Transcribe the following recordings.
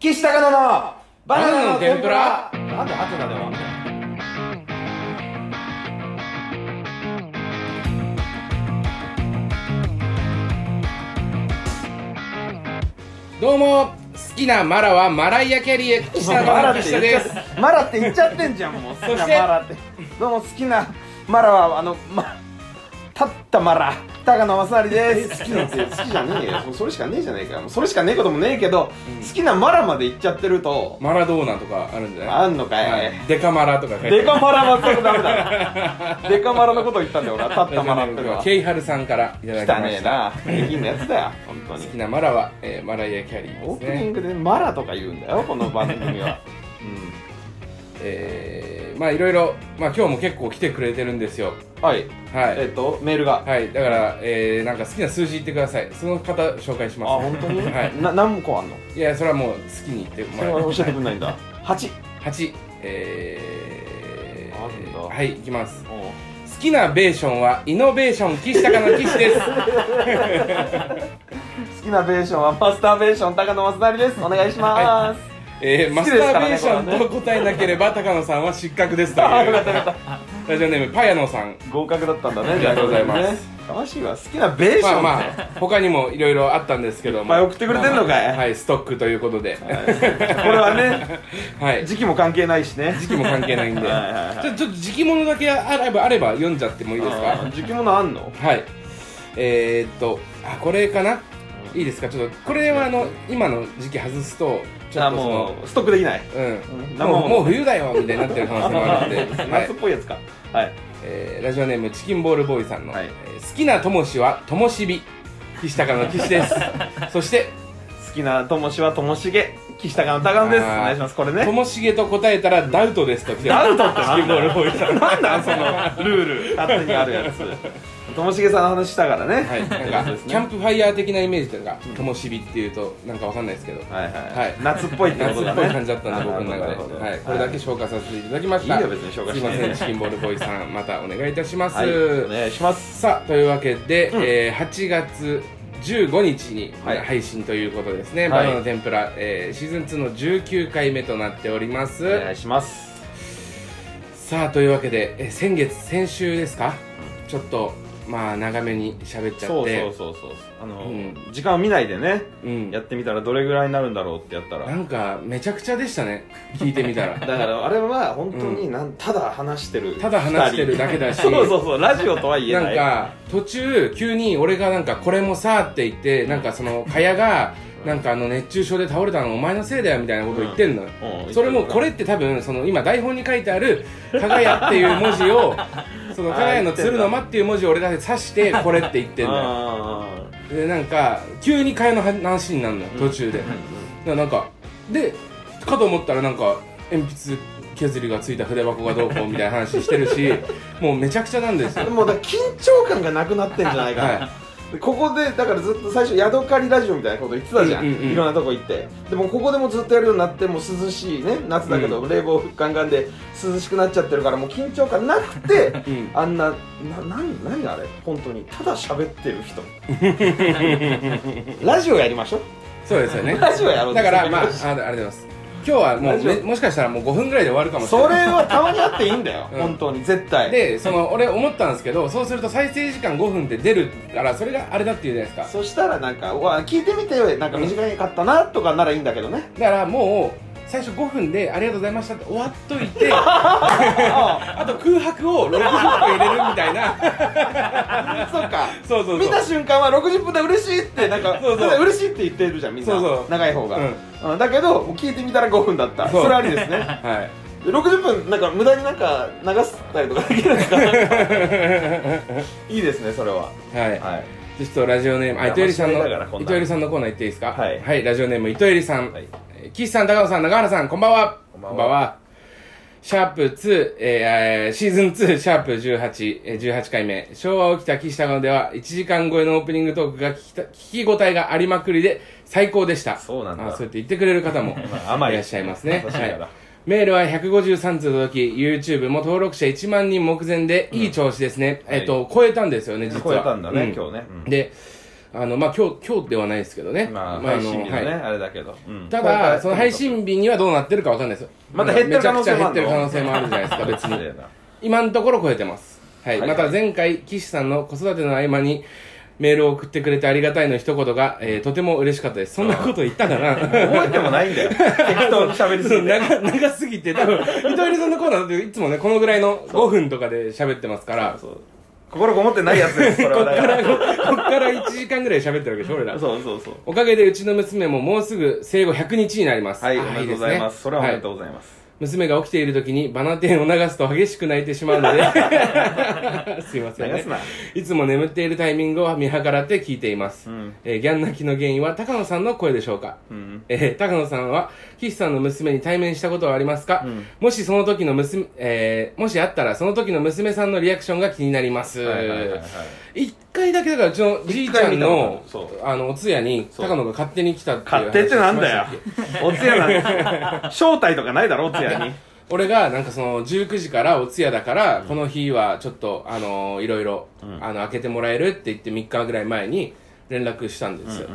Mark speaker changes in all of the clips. Speaker 1: 岸高野のバナナの天ぷら
Speaker 2: バ
Speaker 1: なんでハテナでは
Speaker 2: どうも好きなマラはマライア・キャリー下
Speaker 1: マラ
Speaker 2: の
Speaker 1: って
Speaker 2: 岸
Speaker 1: 言
Speaker 2: 田
Speaker 1: っ
Speaker 2: で
Speaker 1: ち
Speaker 2: す
Speaker 1: ゃマラって言っちゃってんじゃんもう好き
Speaker 2: そ
Speaker 1: な
Speaker 2: して
Speaker 1: マラってどうも好きなマラはあのま立ったマラ高野正成です
Speaker 3: 好きなんて好きじゃねえよそそれしかねえじゃねえかよもうそれしかねえこともねえけど、
Speaker 2: うん
Speaker 3: 好きなマラまで行っちゃってると
Speaker 2: マラドーナとかあるんじゃない
Speaker 3: あんのかい、
Speaker 2: はいデカマラとか書いてある
Speaker 3: デカマラ全くダメだなデカマラのこと言ったんだよ俺は立ったマラってのは
Speaker 2: ケイハルさんからいただき
Speaker 3: 汚
Speaker 2: ま
Speaker 3: ねえ
Speaker 2: した
Speaker 3: な平均のやつだよ本当
Speaker 2: 好
Speaker 3: に
Speaker 2: きなマラは、えーマライア・キャリー
Speaker 3: オー
Speaker 2: で
Speaker 3: プ
Speaker 2: す
Speaker 3: ニン
Speaker 2: ね
Speaker 3: グでマラとか言うんだよこの番組 は
Speaker 2: うんえーまあいろいろまあ今日も結構来てくれてるんですよ
Speaker 3: はい
Speaker 2: は
Speaker 3: え
Speaker 2: い
Speaker 3: っとメールが
Speaker 2: はいだから、えーなんか好きな数字言ってくださいその方紹介し
Speaker 3: あ
Speaker 2: ます
Speaker 3: 本当に、
Speaker 2: はい
Speaker 3: な何個あんの
Speaker 2: いやそれはもう好きに言って
Speaker 3: そ
Speaker 2: も
Speaker 3: れ
Speaker 2: ら
Speaker 3: は
Speaker 2: え
Speaker 3: 教えてくんないんだ8
Speaker 2: 8え
Speaker 3: あるん
Speaker 2: ー
Speaker 3: だ
Speaker 2: はいいきます
Speaker 3: おう
Speaker 2: 好きなベーションはイノベーション岸高の岸 です
Speaker 3: 好きなベーションはマスターベーション高野松成 ですお願いします、
Speaker 2: えーマ
Speaker 3: 好き
Speaker 2: ス
Speaker 3: です
Speaker 2: タ
Speaker 3: から
Speaker 2: ーベ
Speaker 3: ね
Speaker 2: ーショ
Speaker 3: これ
Speaker 2: ン
Speaker 3: はね
Speaker 2: と答えなければ高野さんは失格ですというラジオネームパヤノさん
Speaker 3: 合格だったんだね
Speaker 2: ありがとうございます
Speaker 3: 楽しいわ好きなベーション
Speaker 2: まあ
Speaker 3: ね、
Speaker 2: まあ他にもいろいろあったんですけども
Speaker 3: いっぱい送ってくれてんのかい
Speaker 2: まあはいストックということで
Speaker 3: これはね
Speaker 2: はい時
Speaker 3: 時期も関係ないしね
Speaker 2: 期も関係ないんで
Speaker 3: はいはいはい
Speaker 2: ちょちょっと時期物だけあればあれば読んじゃってもいいです
Speaker 3: あー
Speaker 2: か
Speaker 3: 時期ものあんの
Speaker 2: はいえー、っとあこれかな
Speaker 3: うん
Speaker 2: いいですかちょっとこれはあの今の時期外すとち
Speaker 3: じ
Speaker 2: ょ
Speaker 3: ゃあ
Speaker 2: っとその
Speaker 3: もうストックできない
Speaker 2: うん、
Speaker 3: 生
Speaker 2: もう
Speaker 3: 物
Speaker 2: もう冬だよみたいになってる可能性もある んで、は
Speaker 3: 夏
Speaker 2: い
Speaker 3: っぽいやつかはい
Speaker 2: えーラジオネームチキンボールボーイさんの、
Speaker 3: はい
Speaker 2: えー好きなともしはともしび岸高の 岸ですそして
Speaker 3: 好きなともしはともしげ岸高の高野ですお
Speaker 2: あー
Speaker 3: 願いしますこれ
Speaker 2: と
Speaker 3: ね
Speaker 2: もしげと答えたらダウトですと来て
Speaker 3: ダウ
Speaker 2: ト
Speaker 3: トって
Speaker 2: チキンボールボーイさんは
Speaker 3: なんなんそのルール勝手にあるやつともしげさんの話したからね
Speaker 2: いなんか、キャンプファイヤー的なイメージというかともしびっていうとなんかわかんないですけど
Speaker 3: はいはい、
Speaker 2: はい
Speaker 3: 夏っぽいってこと
Speaker 2: 夏っ
Speaker 3: だ
Speaker 2: ぽ
Speaker 3: ね
Speaker 2: い感じだったんで僕の
Speaker 3: なるほどなる
Speaker 2: 中で、
Speaker 3: ほど
Speaker 2: はい、これだけ消化させていただきました
Speaker 3: いいよ別に消化
Speaker 2: すい
Speaker 3: して
Speaker 2: ませんチキンボールボーイさんまたお願いいたします、
Speaker 3: はいお願いします
Speaker 2: さあというわけで、えー8月15日に
Speaker 3: はい
Speaker 2: 配信ということですね、
Speaker 3: はい
Speaker 2: バナナ天ぷら、えーシーズン2の19回目となっております、
Speaker 3: お願いします
Speaker 2: さあというわけで、えー先月先週ですかちょっとまあ長めに喋っちゃっ
Speaker 3: そう
Speaker 2: て
Speaker 3: そうそうそうあの、
Speaker 2: うん
Speaker 3: 時間を見ないでね
Speaker 2: うん
Speaker 3: やってみたらどれぐらいになるんだろうってやったら
Speaker 2: なんかめちゃくちゃでしたね聞いてみた
Speaker 3: だ
Speaker 2: ら
Speaker 3: からあれは本当になん、ただ話してる
Speaker 2: ただ話してるだけだし
Speaker 3: 二人そうそうそうラジオとは言え
Speaker 2: な
Speaker 3: なんい
Speaker 2: か途中急に俺がなんかこれもさって言ってなんかその蚊帳がなんかあの熱中症で倒れたのお前のせいだよみたいなこと言ってんのよ、
Speaker 3: うん
Speaker 2: それもこれって多分その今台本に書いてある「輝」っていう文字をその「輝」の「鶴の間」っていう文字を俺だけ刺してこれって言ってんだよ
Speaker 3: あ
Speaker 2: でなんか急に蚊帳の話になるのよ途中で、ななんかでかと思ったらなんか鉛筆削りがついた筆箱がどうこうみたいな話してるしもうめちゃくちゃなんですよ
Speaker 3: ーもうだから緊張感がなくなってんじゃないかな、
Speaker 2: は
Speaker 3: でここでだからずっと最初ヤドカリラジオみたいなこと言ってたじゃん,、
Speaker 2: うんうんうん
Speaker 3: いろんなとこ行ってでもここでもずっとやるようになってもう涼しいね夏だけど、冷房ガンガンで涼しくなっちゃってるからもう緊張感なくて、
Speaker 2: ん
Speaker 3: あんなな何何あれ本当にただ喋ってる 人ラジオやりましょう
Speaker 2: そうですよね
Speaker 3: ラジオやろう
Speaker 2: だから
Speaker 3: それ
Speaker 2: まああありがとうございます今日はもう
Speaker 3: ラジオ
Speaker 2: めもしかしたらもう5分ぐらいで終わるかもしれ
Speaker 3: そ
Speaker 2: ない
Speaker 3: れはたまにあっていいんだよ、
Speaker 2: うん
Speaker 3: 本当に絶対
Speaker 2: でその俺思ったんですけどそうすると再生時間5分って出るからそれがあれだっていうじゃないですか
Speaker 3: そしたらなんかうわ聞いてみてよなんか短かったなとかならいいんだけど ね
Speaker 2: だからもう最初5分で「ありがとうございました」って終わっとい て
Speaker 3: あ
Speaker 2: あと空白を60分入れるみた いな
Speaker 3: あそっか
Speaker 2: そうそうそう
Speaker 3: 見た瞬間は60分で嬉しいってなんか
Speaker 2: そうそう
Speaker 3: だって嬉しいって言ってるじゃんみんな
Speaker 2: そうそう
Speaker 3: 長い方が、
Speaker 2: う
Speaker 3: うんだけどもう聞いてみたら5分だった
Speaker 2: そう
Speaker 3: それありです ね
Speaker 2: はい
Speaker 3: で60分なんか無駄になんか流したりとかできるんですかいいですねそれは
Speaker 2: はい、
Speaker 3: はい
Speaker 2: ちょっとラジオネーム、あ、
Speaker 3: いや
Speaker 2: 糸入さん
Speaker 3: 間
Speaker 2: の、
Speaker 3: 違いながらこん
Speaker 2: 糸
Speaker 3: な
Speaker 2: 入さんのコーナー行っていいですか
Speaker 3: はい
Speaker 2: ラジオネーム、糸入さん。
Speaker 3: はい
Speaker 2: えー岸さん、高野さん、長原さん、こんばんは。
Speaker 3: こんばんは
Speaker 2: シャープ2、えーえーシーズン2、シャープ18、えー18回目。昭和起きた岸高野では、1時間超えのオープニングトークが聞きた聞き応えがありまくりで、最高でした。
Speaker 3: そうなんだ
Speaker 2: あそうやって言ってくれる方 も、
Speaker 3: あ甘い
Speaker 2: いらっしゃいますね。
Speaker 3: 優しいから
Speaker 2: メールは153通届き、YouTube も登録者1万人目前で、いい調子ですね。
Speaker 3: い
Speaker 2: えっ、と、超えたんですよね、実は。
Speaker 3: 超えたんだね、
Speaker 2: うん
Speaker 3: 今日ね、うん
Speaker 2: であの、まあ、今日、今日ではないですけどね。
Speaker 3: まあ、
Speaker 2: の
Speaker 3: 配信日のね、
Speaker 2: はい
Speaker 3: あれだけど、うん
Speaker 2: た
Speaker 3: 公開
Speaker 2: だ、その配信日にはどうなってるかわかんないですよ。
Speaker 3: また減ってる可能性もあ
Speaker 2: めちゃくち
Speaker 3: る
Speaker 2: ゃ減ってる
Speaker 3: の
Speaker 2: 可能性もあるじゃないですか、別
Speaker 3: 失
Speaker 2: に
Speaker 3: 礼。な
Speaker 2: 今のところ超えてます。はい。
Speaker 3: はい
Speaker 2: また前回、岸さんの子育ての合間に、メールを送ってくれてありがたいの一言が、えーとても嬉しかったです。そんなこと言ったか な
Speaker 3: 覚えてもないんだよ適当に喋りすぎて
Speaker 2: 長長すぎて、多分、伊藤ゆりさんのコーナーだっていつもね、このぐらいの5分とかで喋ってますから、
Speaker 3: そう心こもってないやつですこれ
Speaker 2: こ
Speaker 3: は
Speaker 2: っ
Speaker 3: だか
Speaker 2: か
Speaker 3: ら
Speaker 2: ら、ここっから1時間ぐらい喋ってるわけでしょ、俺ら。
Speaker 3: そうそうそう
Speaker 2: おかげでうちの娘ももうすぐ生後100日になります。
Speaker 3: はい
Speaker 2: あ
Speaker 3: お
Speaker 2: ー
Speaker 3: めでとうございますそ
Speaker 2: でね
Speaker 3: れはおめでと
Speaker 2: はいう
Speaker 3: ございます、
Speaker 2: 娘が起きている時にバナテンを流すと激しく泣いてしまう ので。すいません、
Speaker 3: 流
Speaker 2: ね
Speaker 3: すな。
Speaker 2: いつも眠っているタイミングを見計らって聞いています。
Speaker 3: うん
Speaker 2: えーギャン泣きの原因は高野さんの声でしょうか、
Speaker 3: うん
Speaker 2: えー高野さんは岸さんの娘に対面したことはありますか、
Speaker 3: うん
Speaker 2: もしその時の娘、えーもしあったらその時の娘さんのリアクションが気になります。
Speaker 3: はいはいはいはい
Speaker 2: 一回だけだからうちのじいちゃ
Speaker 3: 一回
Speaker 2: んの
Speaker 3: 見たことあるそう
Speaker 2: あのお通夜に
Speaker 3: そう
Speaker 2: 高野が勝手に来たっていう話
Speaker 3: 勝手ってなんだよ
Speaker 2: しましたっけ
Speaker 3: おつやなんて招待とかないだろおつやに
Speaker 2: 俺がなんかその19時からお通夜だから、この日はちょっとあのいろいろ、あの開けてもらえるって言って3日ぐらい前に連絡したんですよ、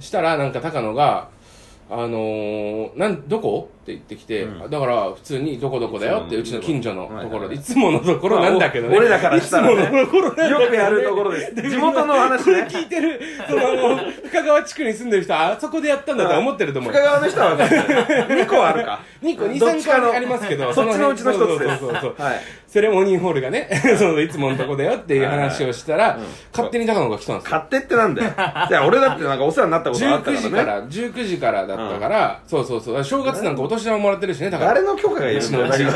Speaker 2: したらなんか高野が「あのー、なんどこ?」って言ってきて、だから普通に「どこどこだよ」ってう
Speaker 3: いつ
Speaker 2: ち
Speaker 3: も
Speaker 2: の
Speaker 3: の
Speaker 2: 近所のと
Speaker 3: は
Speaker 2: ころで、
Speaker 3: いはい
Speaker 2: いつものところなんだけどね、
Speaker 3: まあお俺らからしたらね
Speaker 2: いつものところなんだけどね
Speaker 3: よくやるところです地元の話
Speaker 2: これ
Speaker 3: ね
Speaker 2: 聞いてる、その、深川地区に住んでる人、あそこでやったんだと思ってると思う
Speaker 3: 深。川の人は分かってる2個あるか
Speaker 2: 2個、2、
Speaker 3: どっ
Speaker 2: 3
Speaker 3: ちかの
Speaker 2: 個ありますけど、
Speaker 3: そっちのうちの一つです
Speaker 2: そうそうそうそう
Speaker 3: はい
Speaker 2: セレモニーホールがね、 そのいつものとこだよっていう話をしたら、勝手に高野が来たんですよ。
Speaker 3: 勝手ってなんだよいや俺だってなんかお世話になったことあった
Speaker 2: 19時か
Speaker 3: からね
Speaker 2: ら、19時からだったから、そうそうそう。正月なんかお年玉もらってるしね、高野。
Speaker 3: 誰の許可がいるんだよだけど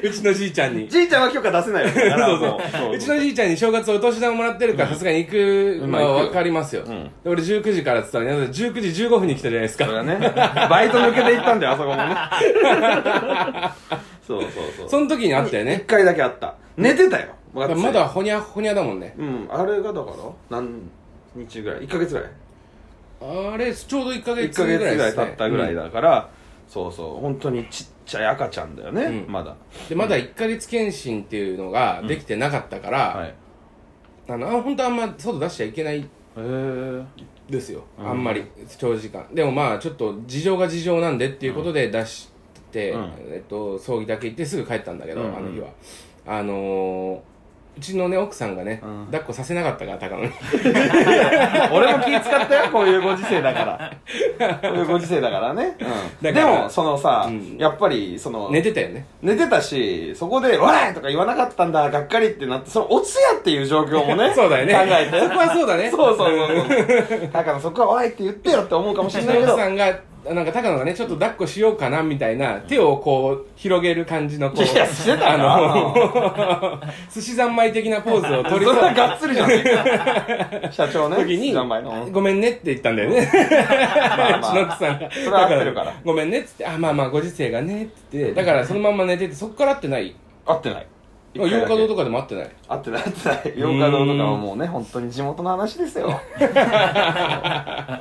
Speaker 2: うちのじいちゃんに。
Speaker 3: じいちゃんは許可出せないよだから
Speaker 2: そう
Speaker 3: も
Speaker 2: そう。うちのじいちゃんに正月お年玉もらってるから、さすがに行くのはわかりますよ。で俺19時からって言ったら、皆さん19時15分に来たじゃないですか
Speaker 3: それ。はねバイト抜けて行ったんだよあそこもねそうそうそう
Speaker 2: その時にあったよ
Speaker 3: 一
Speaker 2: ね。
Speaker 3: 回だけあった寝てたよ
Speaker 2: だからまだほにゃほにゃだもんね。
Speaker 3: うんあれがだから何日ぐらい1ヶ月ぐらい
Speaker 2: あれ、ちょうど1ヶ
Speaker 3: 1
Speaker 2: 月
Speaker 3: ヶ
Speaker 2: ぐ
Speaker 3: 月ぐ
Speaker 2: らい
Speaker 3: ら
Speaker 2: で
Speaker 3: い
Speaker 2: すね。
Speaker 3: 経ったぐらいだからそうそう本当にちっちゃい赤ちゃんだよね
Speaker 2: うん
Speaker 3: まだ
Speaker 2: でまだ1ヶ月検診っていうのができてなかったから、
Speaker 3: はいへ
Speaker 2: あのあ本当あんま外出しちゃいけない
Speaker 3: え
Speaker 2: ですよ、あんまり長時間でもまあちょっと事情が事情なんでっていうことで出して、
Speaker 3: うん
Speaker 2: えっと、葬儀だけ行ってすぐ帰ったんだけど、
Speaker 3: うんうん
Speaker 2: あの日はあのーうちのね奥さんがね、
Speaker 3: うん
Speaker 2: 抱っこさせなかったから高野に
Speaker 3: 俺も気使ったよこういうご時世だからこういうご時世だからねうん
Speaker 2: だ
Speaker 3: で
Speaker 2: から
Speaker 3: もそのさ
Speaker 2: うん
Speaker 3: やっぱりその
Speaker 2: 寝てたよね
Speaker 3: 寝てたし、そこで、わいとか言わなかったんだ、がっかりってなって、そのおつやっていう状況もね、
Speaker 2: そうだよね
Speaker 3: 考えて。
Speaker 2: そこはそうだね
Speaker 3: そうそうそうそう。 だからそこは、わいって言ってよって思うかもし
Speaker 2: う
Speaker 3: れ
Speaker 2: ち
Speaker 3: な
Speaker 2: の
Speaker 3: いけ
Speaker 2: 奥
Speaker 3: ど、
Speaker 2: さんがなんか高野がねちょっと抱っこしようかなみたいな手をこう広げる感じのこう
Speaker 3: いや、してた
Speaker 2: あ
Speaker 3: な。
Speaker 2: の、寿司三昧的なポーズを
Speaker 3: そ
Speaker 2: 取り
Speaker 3: れ
Speaker 2: そう
Speaker 3: は
Speaker 2: な
Speaker 3: がっつりじゃねえか。社長ね。
Speaker 2: 時 に
Speaker 3: 名前の、。
Speaker 2: ごめんねって言ったんだよね。 うち
Speaker 3: まあま
Speaker 2: の奥
Speaker 3: あ。
Speaker 2: さんが。
Speaker 3: それは合ってるから
Speaker 2: だごめんねって言って、あ、まあまあご時世がねって言って、だからそのまんま寝てて、そっから会ってない。
Speaker 3: 合ってない。
Speaker 2: 8日堂と
Speaker 3: か。
Speaker 2: かでも会ってない。
Speaker 3: 合ってない、合ってない。洋華堂とかはもうね、本当に地元の話です よ。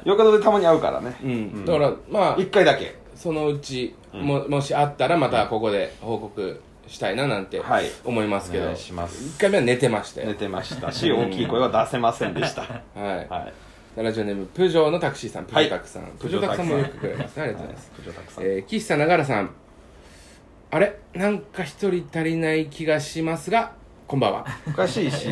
Speaker 3: 洋華堂でたまに会うからね。
Speaker 2: うん。だから、まあ、
Speaker 3: 一回だけ。
Speaker 2: そのうち、ももし会ったらまたここで報告したいななんて
Speaker 3: はい
Speaker 2: 思いますけ
Speaker 3: お
Speaker 2: ど、
Speaker 3: 願いし
Speaker 2: 一
Speaker 3: ます
Speaker 2: 回目は寝てました
Speaker 3: 寝
Speaker 2: よ。
Speaker 3: てましたし、大きい声は出せませんでした。
Speaker 2: はい。
Speaker 3: はい。
Speaker 2: ラジオネーム、プジョーのタクシーさん、プジョータクさん。プジョータクさんもよくくれますね。ありがとうございます。
Speaker 3: 苦情たくさん。
Speaker 2: えー、岸さん、長良さん。あれなんか一人足りない気がしますが、こんばんは。
Speaker 3: おかしいし、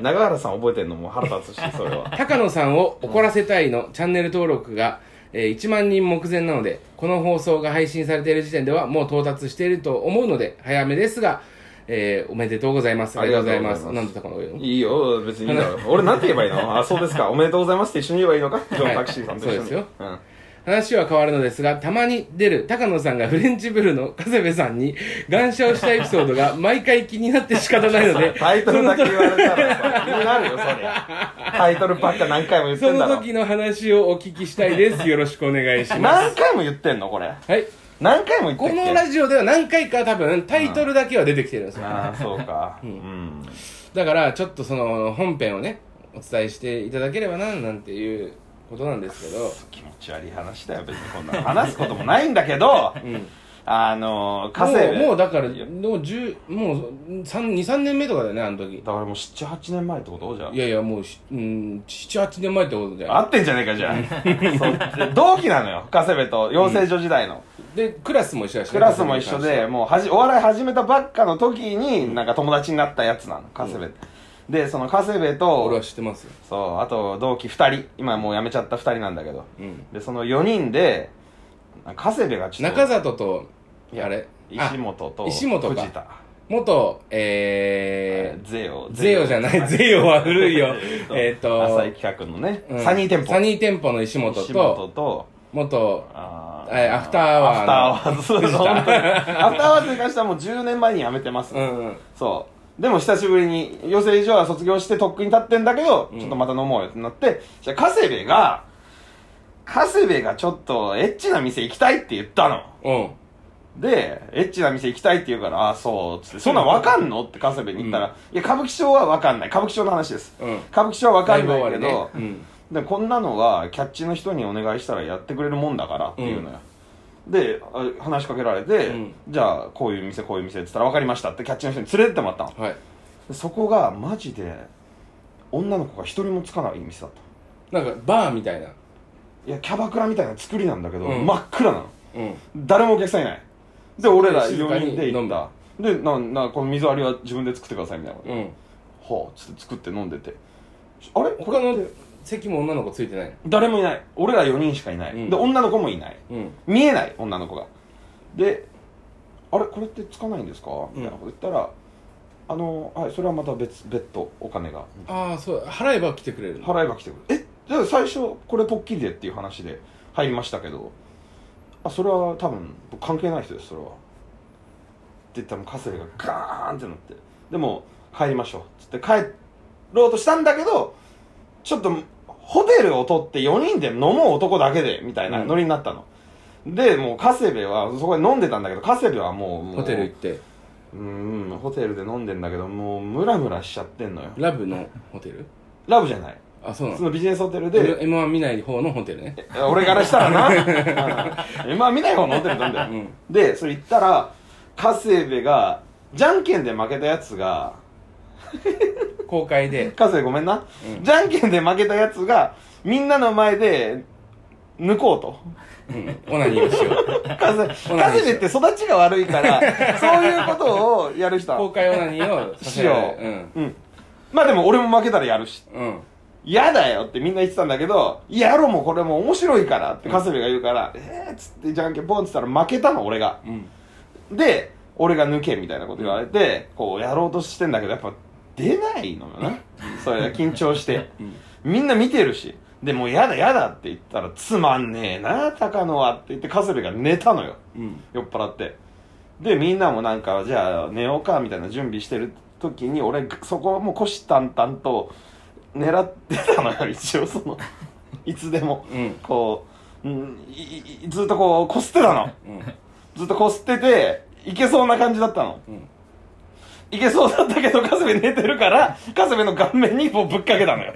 Speaker 3: 永原さん覚えてんのも腹立つし、それは。
Speaker 2: 高野さんを怒らせたいのチャンネル登録が、えー1万人目前なので、この放送が配信されている時点ではもう到達していると思うので、早めですが、えーおめでとうございます。ありがとうございます。
Speaker 3: あり
Speaker 2: な
Speaker 3: が
Speaker 2: ん
Speaker 3: と
Speaker 2: で高野が言うの
Speaker 3: いいよ、別にいいだろ。俺なんて言えばいいのあ、そうですか。おめでとうございますって一緒に言えばいいのか今日タクシーさんと一緒に。
Speaker 2: そうですよ
Speaker 3: ん。
Speaker 2: 話は変わるのですが、たまに出る高野さんがフレンチブルの 加瀬部さんに、感謝をしたエピソード が毎回気になって仕方ないので、
Speaker 3: タイトルだけ言われたらさ、気になるよ、そりゃ。タイトルばっか何回も言って
Speaker 2: そ
Speaker 3: んだ
Speaker 2: の
Speaker 3: ろ。
Speaker 2: 時の話をお聞きしたいです。よろしくお願 いします。
Speaker 3: 何回も言ってんのこれ。
Speaker 2: はい。
Speaker 3: 何回も言って
Speaker 2: こ
Speaker 3: っけ
Speaker 2: のラジオでは何回か多分タイトルだけは出てきてるんですよ。
Speaker 3: ああ、そうか。うん。
Speaker 2: だからちょっとその本編をね、お伝えしていただければな、なんていうことなんですけど。
Speaker 3: 気持ち悪い話だよ、別にこんなの話すこともないんだけど、
Speaker 2: うん。
Speaker 3: あの稼い
Speaker 2: もうも
Speaker 3: で
Speaker 2: うだからもう10もう23年目とかだよねあの時
Speaker 3: だからもう78年前ってことじゃあ
Speaker 2: いやいやもうしうん78年前ってことだよ
Speaker 3: 合ってんじゃねえかじゃあそう 同期なのよ加瀬部と養成所時代の、
Speaker 2: でクラスも一緒だしね
Speaker 3: クラスも一緒でもうはじお笑い始めたばっかの時になんか友達になったやつなの加瀬部、でその加瀬部
Speaker 2: 俺は
Speaker 3: と
Speaker 2: 知ってますよ
Speaker 3: そうあと同期2人今もう辞めちゃった2人なんだけど
Speaker 2: うん
Speaker 3: でその4人で加瀬部がちょっ
Speaker 2: 中
Speaker 3: と
Speaker 2: 里とあれあ
Speaker 3: 石本と
Speaker 2: 石本か
Speaker 3: 藤田
Speaker 2: 元え
Speaker 3: ゼヨ
Speaker 2: ー、ゼヨじゃないゼヨは 古いよえっと
Speaker 3: 浅井企画のね、
Speaker 2: うん
Speaker 3: サニーテンポ
Speaker 2: サニー店舗の石本
Speaker 3: 石本
Speaker 2: と
Speaker 3: と
Speaker 2: 元
Speaker 3: あ
Speaker 2: えアフターアワー
Speaker 3: アフター アワーズ本当にアフターアワーズに関してはもう10年前に辞めてます、
Speaker 2: うんうん
Speaker 3: そうでも久しぶりに養成所は卒業してとっくに立ってんだけど、
Speaker 2: うん
Speaker 3: ちょっとまた飲もうよってなってじゃあ長谷部が長谷部がちょっとエッチな店行きたいって言ったの
Speaker 2: うん
Speaker 3: で、エッチな店行きたいって言うから、ああ、そう、つって、そんなんわかんのって長谷部に言ったら、
Speaker 2: うん
Speaker 3: いや、歌舞伎町はわかんない。歌舞伎町の話です。
Speaker 2: うん
Speaker 3: 歌舞伎町はわかんないけ
Speaker 2: ライブ終
Speaker 3: ど
Speaker 2: わ、りね
Speaker 3: でこんなのはキャッチの人にお願いしたらやってくれるもんだからっていうのよ、であ話しかけられて、
Speaker 2: うん
Speaker 3: じゃあこういう店こういう店っつったら分かりましたってキャッチの人に連れてってもらったの
Speaker 2: うんはい
Speaker 3: でそこがマジで女の子が一人もつかない店だった
Speaker 2: なんかバーみたいない
Speaker 3: やキャバクラみたいな作りなんだけど、
Speaker 2: うん
Speaker 3: 真っ暗なの
Speaker 2: うん
Speaker 3: 誰もお客さんいないで俺ら
Speaker 2: 静か
Speaker 3: 4
Speaker 2: に
Speaker 3: 人で行ったでななこの水割りは自分で作ってくださいみたいなこと、
Speaker 2: うん
Speaker 3: はあつって作って飲んでてあれこ
Speaker 2: 他
Speaker 3: れ
Speaker 2: の席も女の子ついてない
Speaker 3: 誰もいない俺ら4人しかいない、
Speaker 2: うん
Speaker 3: で女の子もいない
Speaker 2: うん
Speaker 3: 見えない女の子がで「あれこれってつかないんですか?」みたいなこと言ったら「あのはいそれはまた別別途お金が
Speaker 2: ああそう払えば来てくれるの
Speaker 3: 払えば来てくれる」えじゃあ最初これポッキリでっていう話で入りましたけどあそれは多分僕関係ない人ですそれは」って言ったらカセがガーンってなってでも帰りましょうっつって帰ろうとしたんだけどちょっとホテルを取って4人で飲もう男だけでみたいなノリになったの、でもうカセベはそこで飲んでたんだけどカセベはもうもう
Speaker 2: ホテル行って
Speaker 3: うんうんホテルで飲んでんだけどもうムラムラしちゃってんのよ
Speaker 2: ラブのホテル
Speaker 3: ラブじゃない
Speaker 2: あそうな
Speaker 3: そ
Speaker 2: の
Speaker 3: のビジネスホテルで
Speaker 2: M- M1 見ない方のホテルね
Speaker 3: 俺からしたらな うんまあ見ない方のホテルなんだよ、
Speaker 2: うん
Speaker 3: でそれ行ったらカセベがじゃんけんで負けたやつが
Speaker 2: 公開で
Speaker 3: カセごめんな、
Speaker 2: うん
Speaker 3: じゃんけんで負けたやつがみんなの前で抜こうと
Speaker 2: うんオナニーをしよう
Speaker 3: カセカセベって育ちが悪いからそういうことをやる人な
Speaker 2: 公
Speaker 3: の
Speaker 2: 開オナニーをさせ
Speaker 3: し
Speaker 2: ら
Speaker 3: よ
Speaker 2: れ
Speaker 3: う、
Speaker 2: る
Speaker 3: うんまあでも俺も負けたらやるし
Speaker 2: うんうん
Speaker 3: 嫌だよってみんな言ってたんだけど、いややろうもこれも面白いからってカセベが言うから、えーっつってじゃんけんポンって言ったら負けたの俺が。
Speaker 2: うん
Speaker 3: で、俺が抜けみたいなこと言われて、こうやろうとしてんだけど、やっぱ出ないのよな。それが緊張して。みんな見てるし。で、もうやだやだって言ったら、つまんねえな、高野はって言ってカセベが寝たのよ。
Speaker 2: うん
Speaker 3: 酔っ払ってでみんなもなんかじゃあ寝ようかみたいな準備してる時に俺そこはもう虎視眈々と狙ってたのよ一応そのいつでも
Speaker 2: うん
Speaker 3: こう、うん、いいいずっとこうこすってたの
Speaker 2: うん
Speaker 3: ずっとこすってていけそうな感じだったの
Speaker 2: うん
Speaker 3: いけそうだったけどカスベ寝てるからカスベの顔面にもうぶっかけたの よ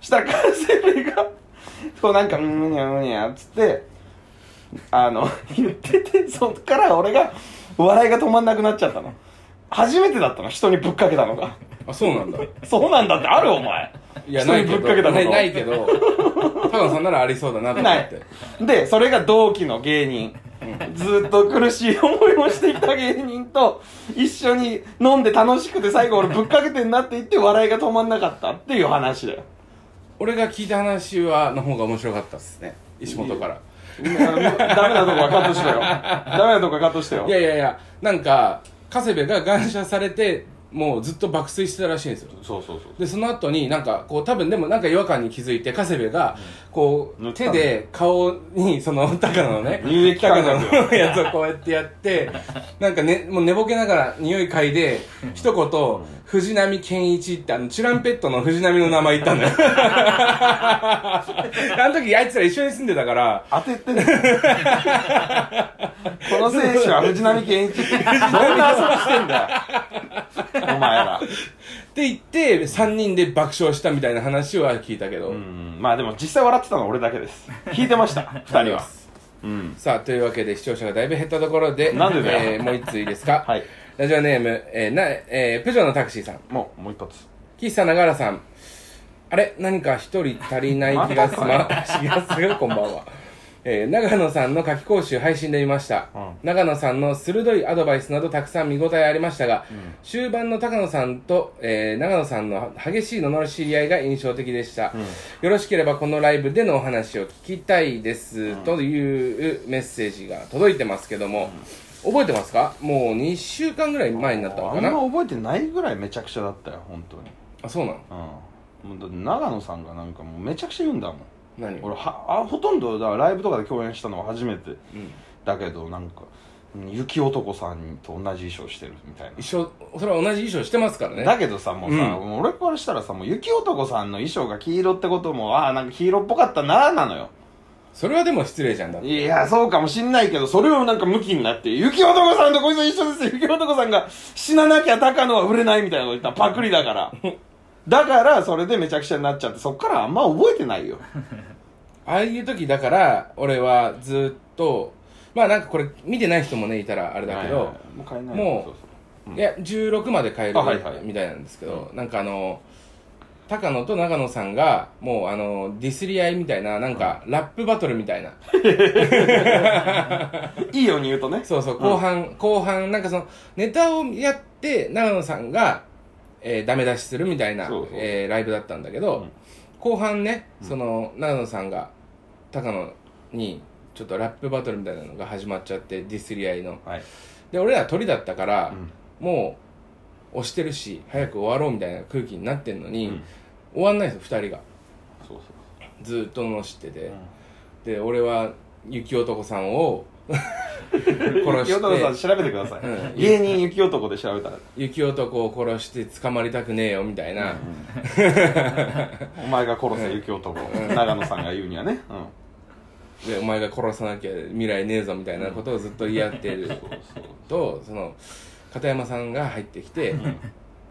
Speaker 3: したらカスベがこうなんか「うんにゃうんにゃ」っつってあの言っててそっから俺が笑いが止まんなくなっちゃったの初めてだったの人にぶっかけたのが
Speaker 2: あそうなんだ
Speaker 3: そうなんだってあるお前
Speaker 2: いや
Speaker 3: 人
Speaker 2: な
Speaker 3: に
Speaker 2: いけ
Speaker 3: ぶっ
Speaker 2: ど
Speaker 3: かけたこと
Speaker 2: ないないけど高野さんならありそうだなと思
Speaker 3: な
Speaker 2: っ
Speaker 3: い
Speaker 2: て
Speaker 3: でそれが同期の芸人ずっと苦しい思いをしてきた芸人と一緒に飲んで楽しくて最後俺ぶっかけてんなって言って笑いが止まんなかったっていう話だよ
Speaker 2: 俺が聞いた話はの方が面白かったっすね石本から
Speaker 3: うんダメなとこはカットしてよダメなとこはカットしてよ
Speaker 2: いやいやいやなんか加瀬部が感謝されてもうずっと爆睡してたらしいんですよ
Speaker 3: そうそうそう
Speaker 2: でその後になんかこう多分でもなんか違和感に気づいて加瀬部がこ
Speaker 3: 塗
Speaker 2: う
Speaker 3: った
Speaker 2: 手
Speaker 3: の
Speaker 2: で顔にその高野のね
Speaker 3: 乳液
Speaker 2: 高
Speaker 3: 感
Speaker 2: 野
Speaker 3: 覚
Speaker 2: のやつをこうやってやってなんかねもう寝ぼけながら匂い嗅いで一言「藤波健一」ってあのチュランペットの藤波の名前言った んだよあの時あいつら一緒に住んでたから
Speaker 3: 当ててんのこの選手は藤波健一どんな遊びしてんだよお前ら
Speaker 2: って言って3人で爆笑したみたいな話は聞いたけど、
Speaker 3: うんまあでも実際笑ってたのは俺だけです聞いてました2人はうん
Speaker 2: さあというわけで視聴者がだいぶ減ったところで
Speaker 3: なんでだよ
Speaker 2: えーもう一通いいですか、
Speaker 3: はい
Speaker 2: ラジオネーム、えーなえープジョーのタクシーさん
Speaker 3: もうもう一発
Speaker 2: 喫茶長原さんあれ何か一人足りない気がすま気がするこんばんは、えー長野さんの夏期講習配信で見ました、
Speaker 3: うん
Speaker 2: 長野さんの鋭いアドバイスなどたくさん見応えありましたが、終盤の高野さんと、えー長野さんの激しい罵り合いが印象的でした、よろしければこのライブでのお話を聞きたいです、というメッセージが届いてますけども、覚えてますかもう2週間ぐらい前になったの
Speaker 3: あ
Speaker 2: か
Speaker 3: ん
Speaker 2: な
Speaker 3: ま覚えてないぐらいめちゃくちゃだったよ本当に
Speaker 2: あそうなの
Speaker 3: うんもうだって長野さんがなんかもうめちゃくちゃ言うんだもん
Speaker 2: 何
Speaker 3: 俺はあほとんどだからライブとかで共演したのは初めて
Speaker 2: うん
Speaker 3: だけどなんかうん雪男さんと同じ衣装してるみたいな
Speaker 2: 一緒それは同じ衣装してますからね
Speaker 3: だけどさもうさ、
Speaker 2: うん
Speaker 3: もう俺からしたらさもう雪男さんの衣装が黄色ってこともああなんか黄色っぽかったななのよ
Speaker 2: それはでも失礼じゃんだって
Speaker 3: いやそうかもしんないけどそれをなんかムキになって雪男さんとこいつ一緒ですよ雪男さんが死ななきゃ高野は売れないみたいなこと言ったらパクリだから だからそれでめちゃくちゃになっちゃってそっからあんま覚えてないよ
Speaker 2: ああいう時だから俺はずっとまあなんかこれ見てない人もねいたらあれだけど、
Speaker 3: はいはいはいもう買えない
Speaker 2: もう
Speaker 3: そうそう
Speaker 2: いや16まで買える
Speaker 3: あはいはい
Speaker 2: みたいなんですけど、なんかあの高野と長野さんがもうあのディスり合いみたいななんか、ラップバトルみたいない
Speaker 3: いように言うとね
Speaker 2: そうそう後半、後半なんかそのネタをやって長野さんが、えーダメ出しするみたいな
Speaker 3: そうそう
Speaker 2: えーライブだったんだけど、
Speaker 3: うん
Speaker 2: 後半ねその長野さんが高野にちょっとラップバトルみたいなのが始まっちゃってディスり合いの
Speaker 3: はい、
Speaker 2: で俺ら鳥だったから、
Speaker 3: うん
Speaker 2: もう押してるし早く終わろうみたいな空気になってんのに、
Speaker 3: うん
Speaker 2: 終わんないんですよ2人が
Speaker 3: そうそう
Speaker 2: ずーっとのしてて、
Speaker 3: ん
Speaker 2: で俺は雪男さん を殺して
Speaker 3: 雪男さん調べてください、
Speaker 2: うん
Speaker 3: 芸人雪男で調べたら
Speaker 2: 雪男を殺して捕まりたくねえよみたいな、
Speaker 3: お前が殺せ雪男、長野さんが言うにはね、うん、
Speaker 2: でお前が殺さなきゃ未来ねえぞみたいなことをずっと言い合ってるとその片山さんが入ってきて、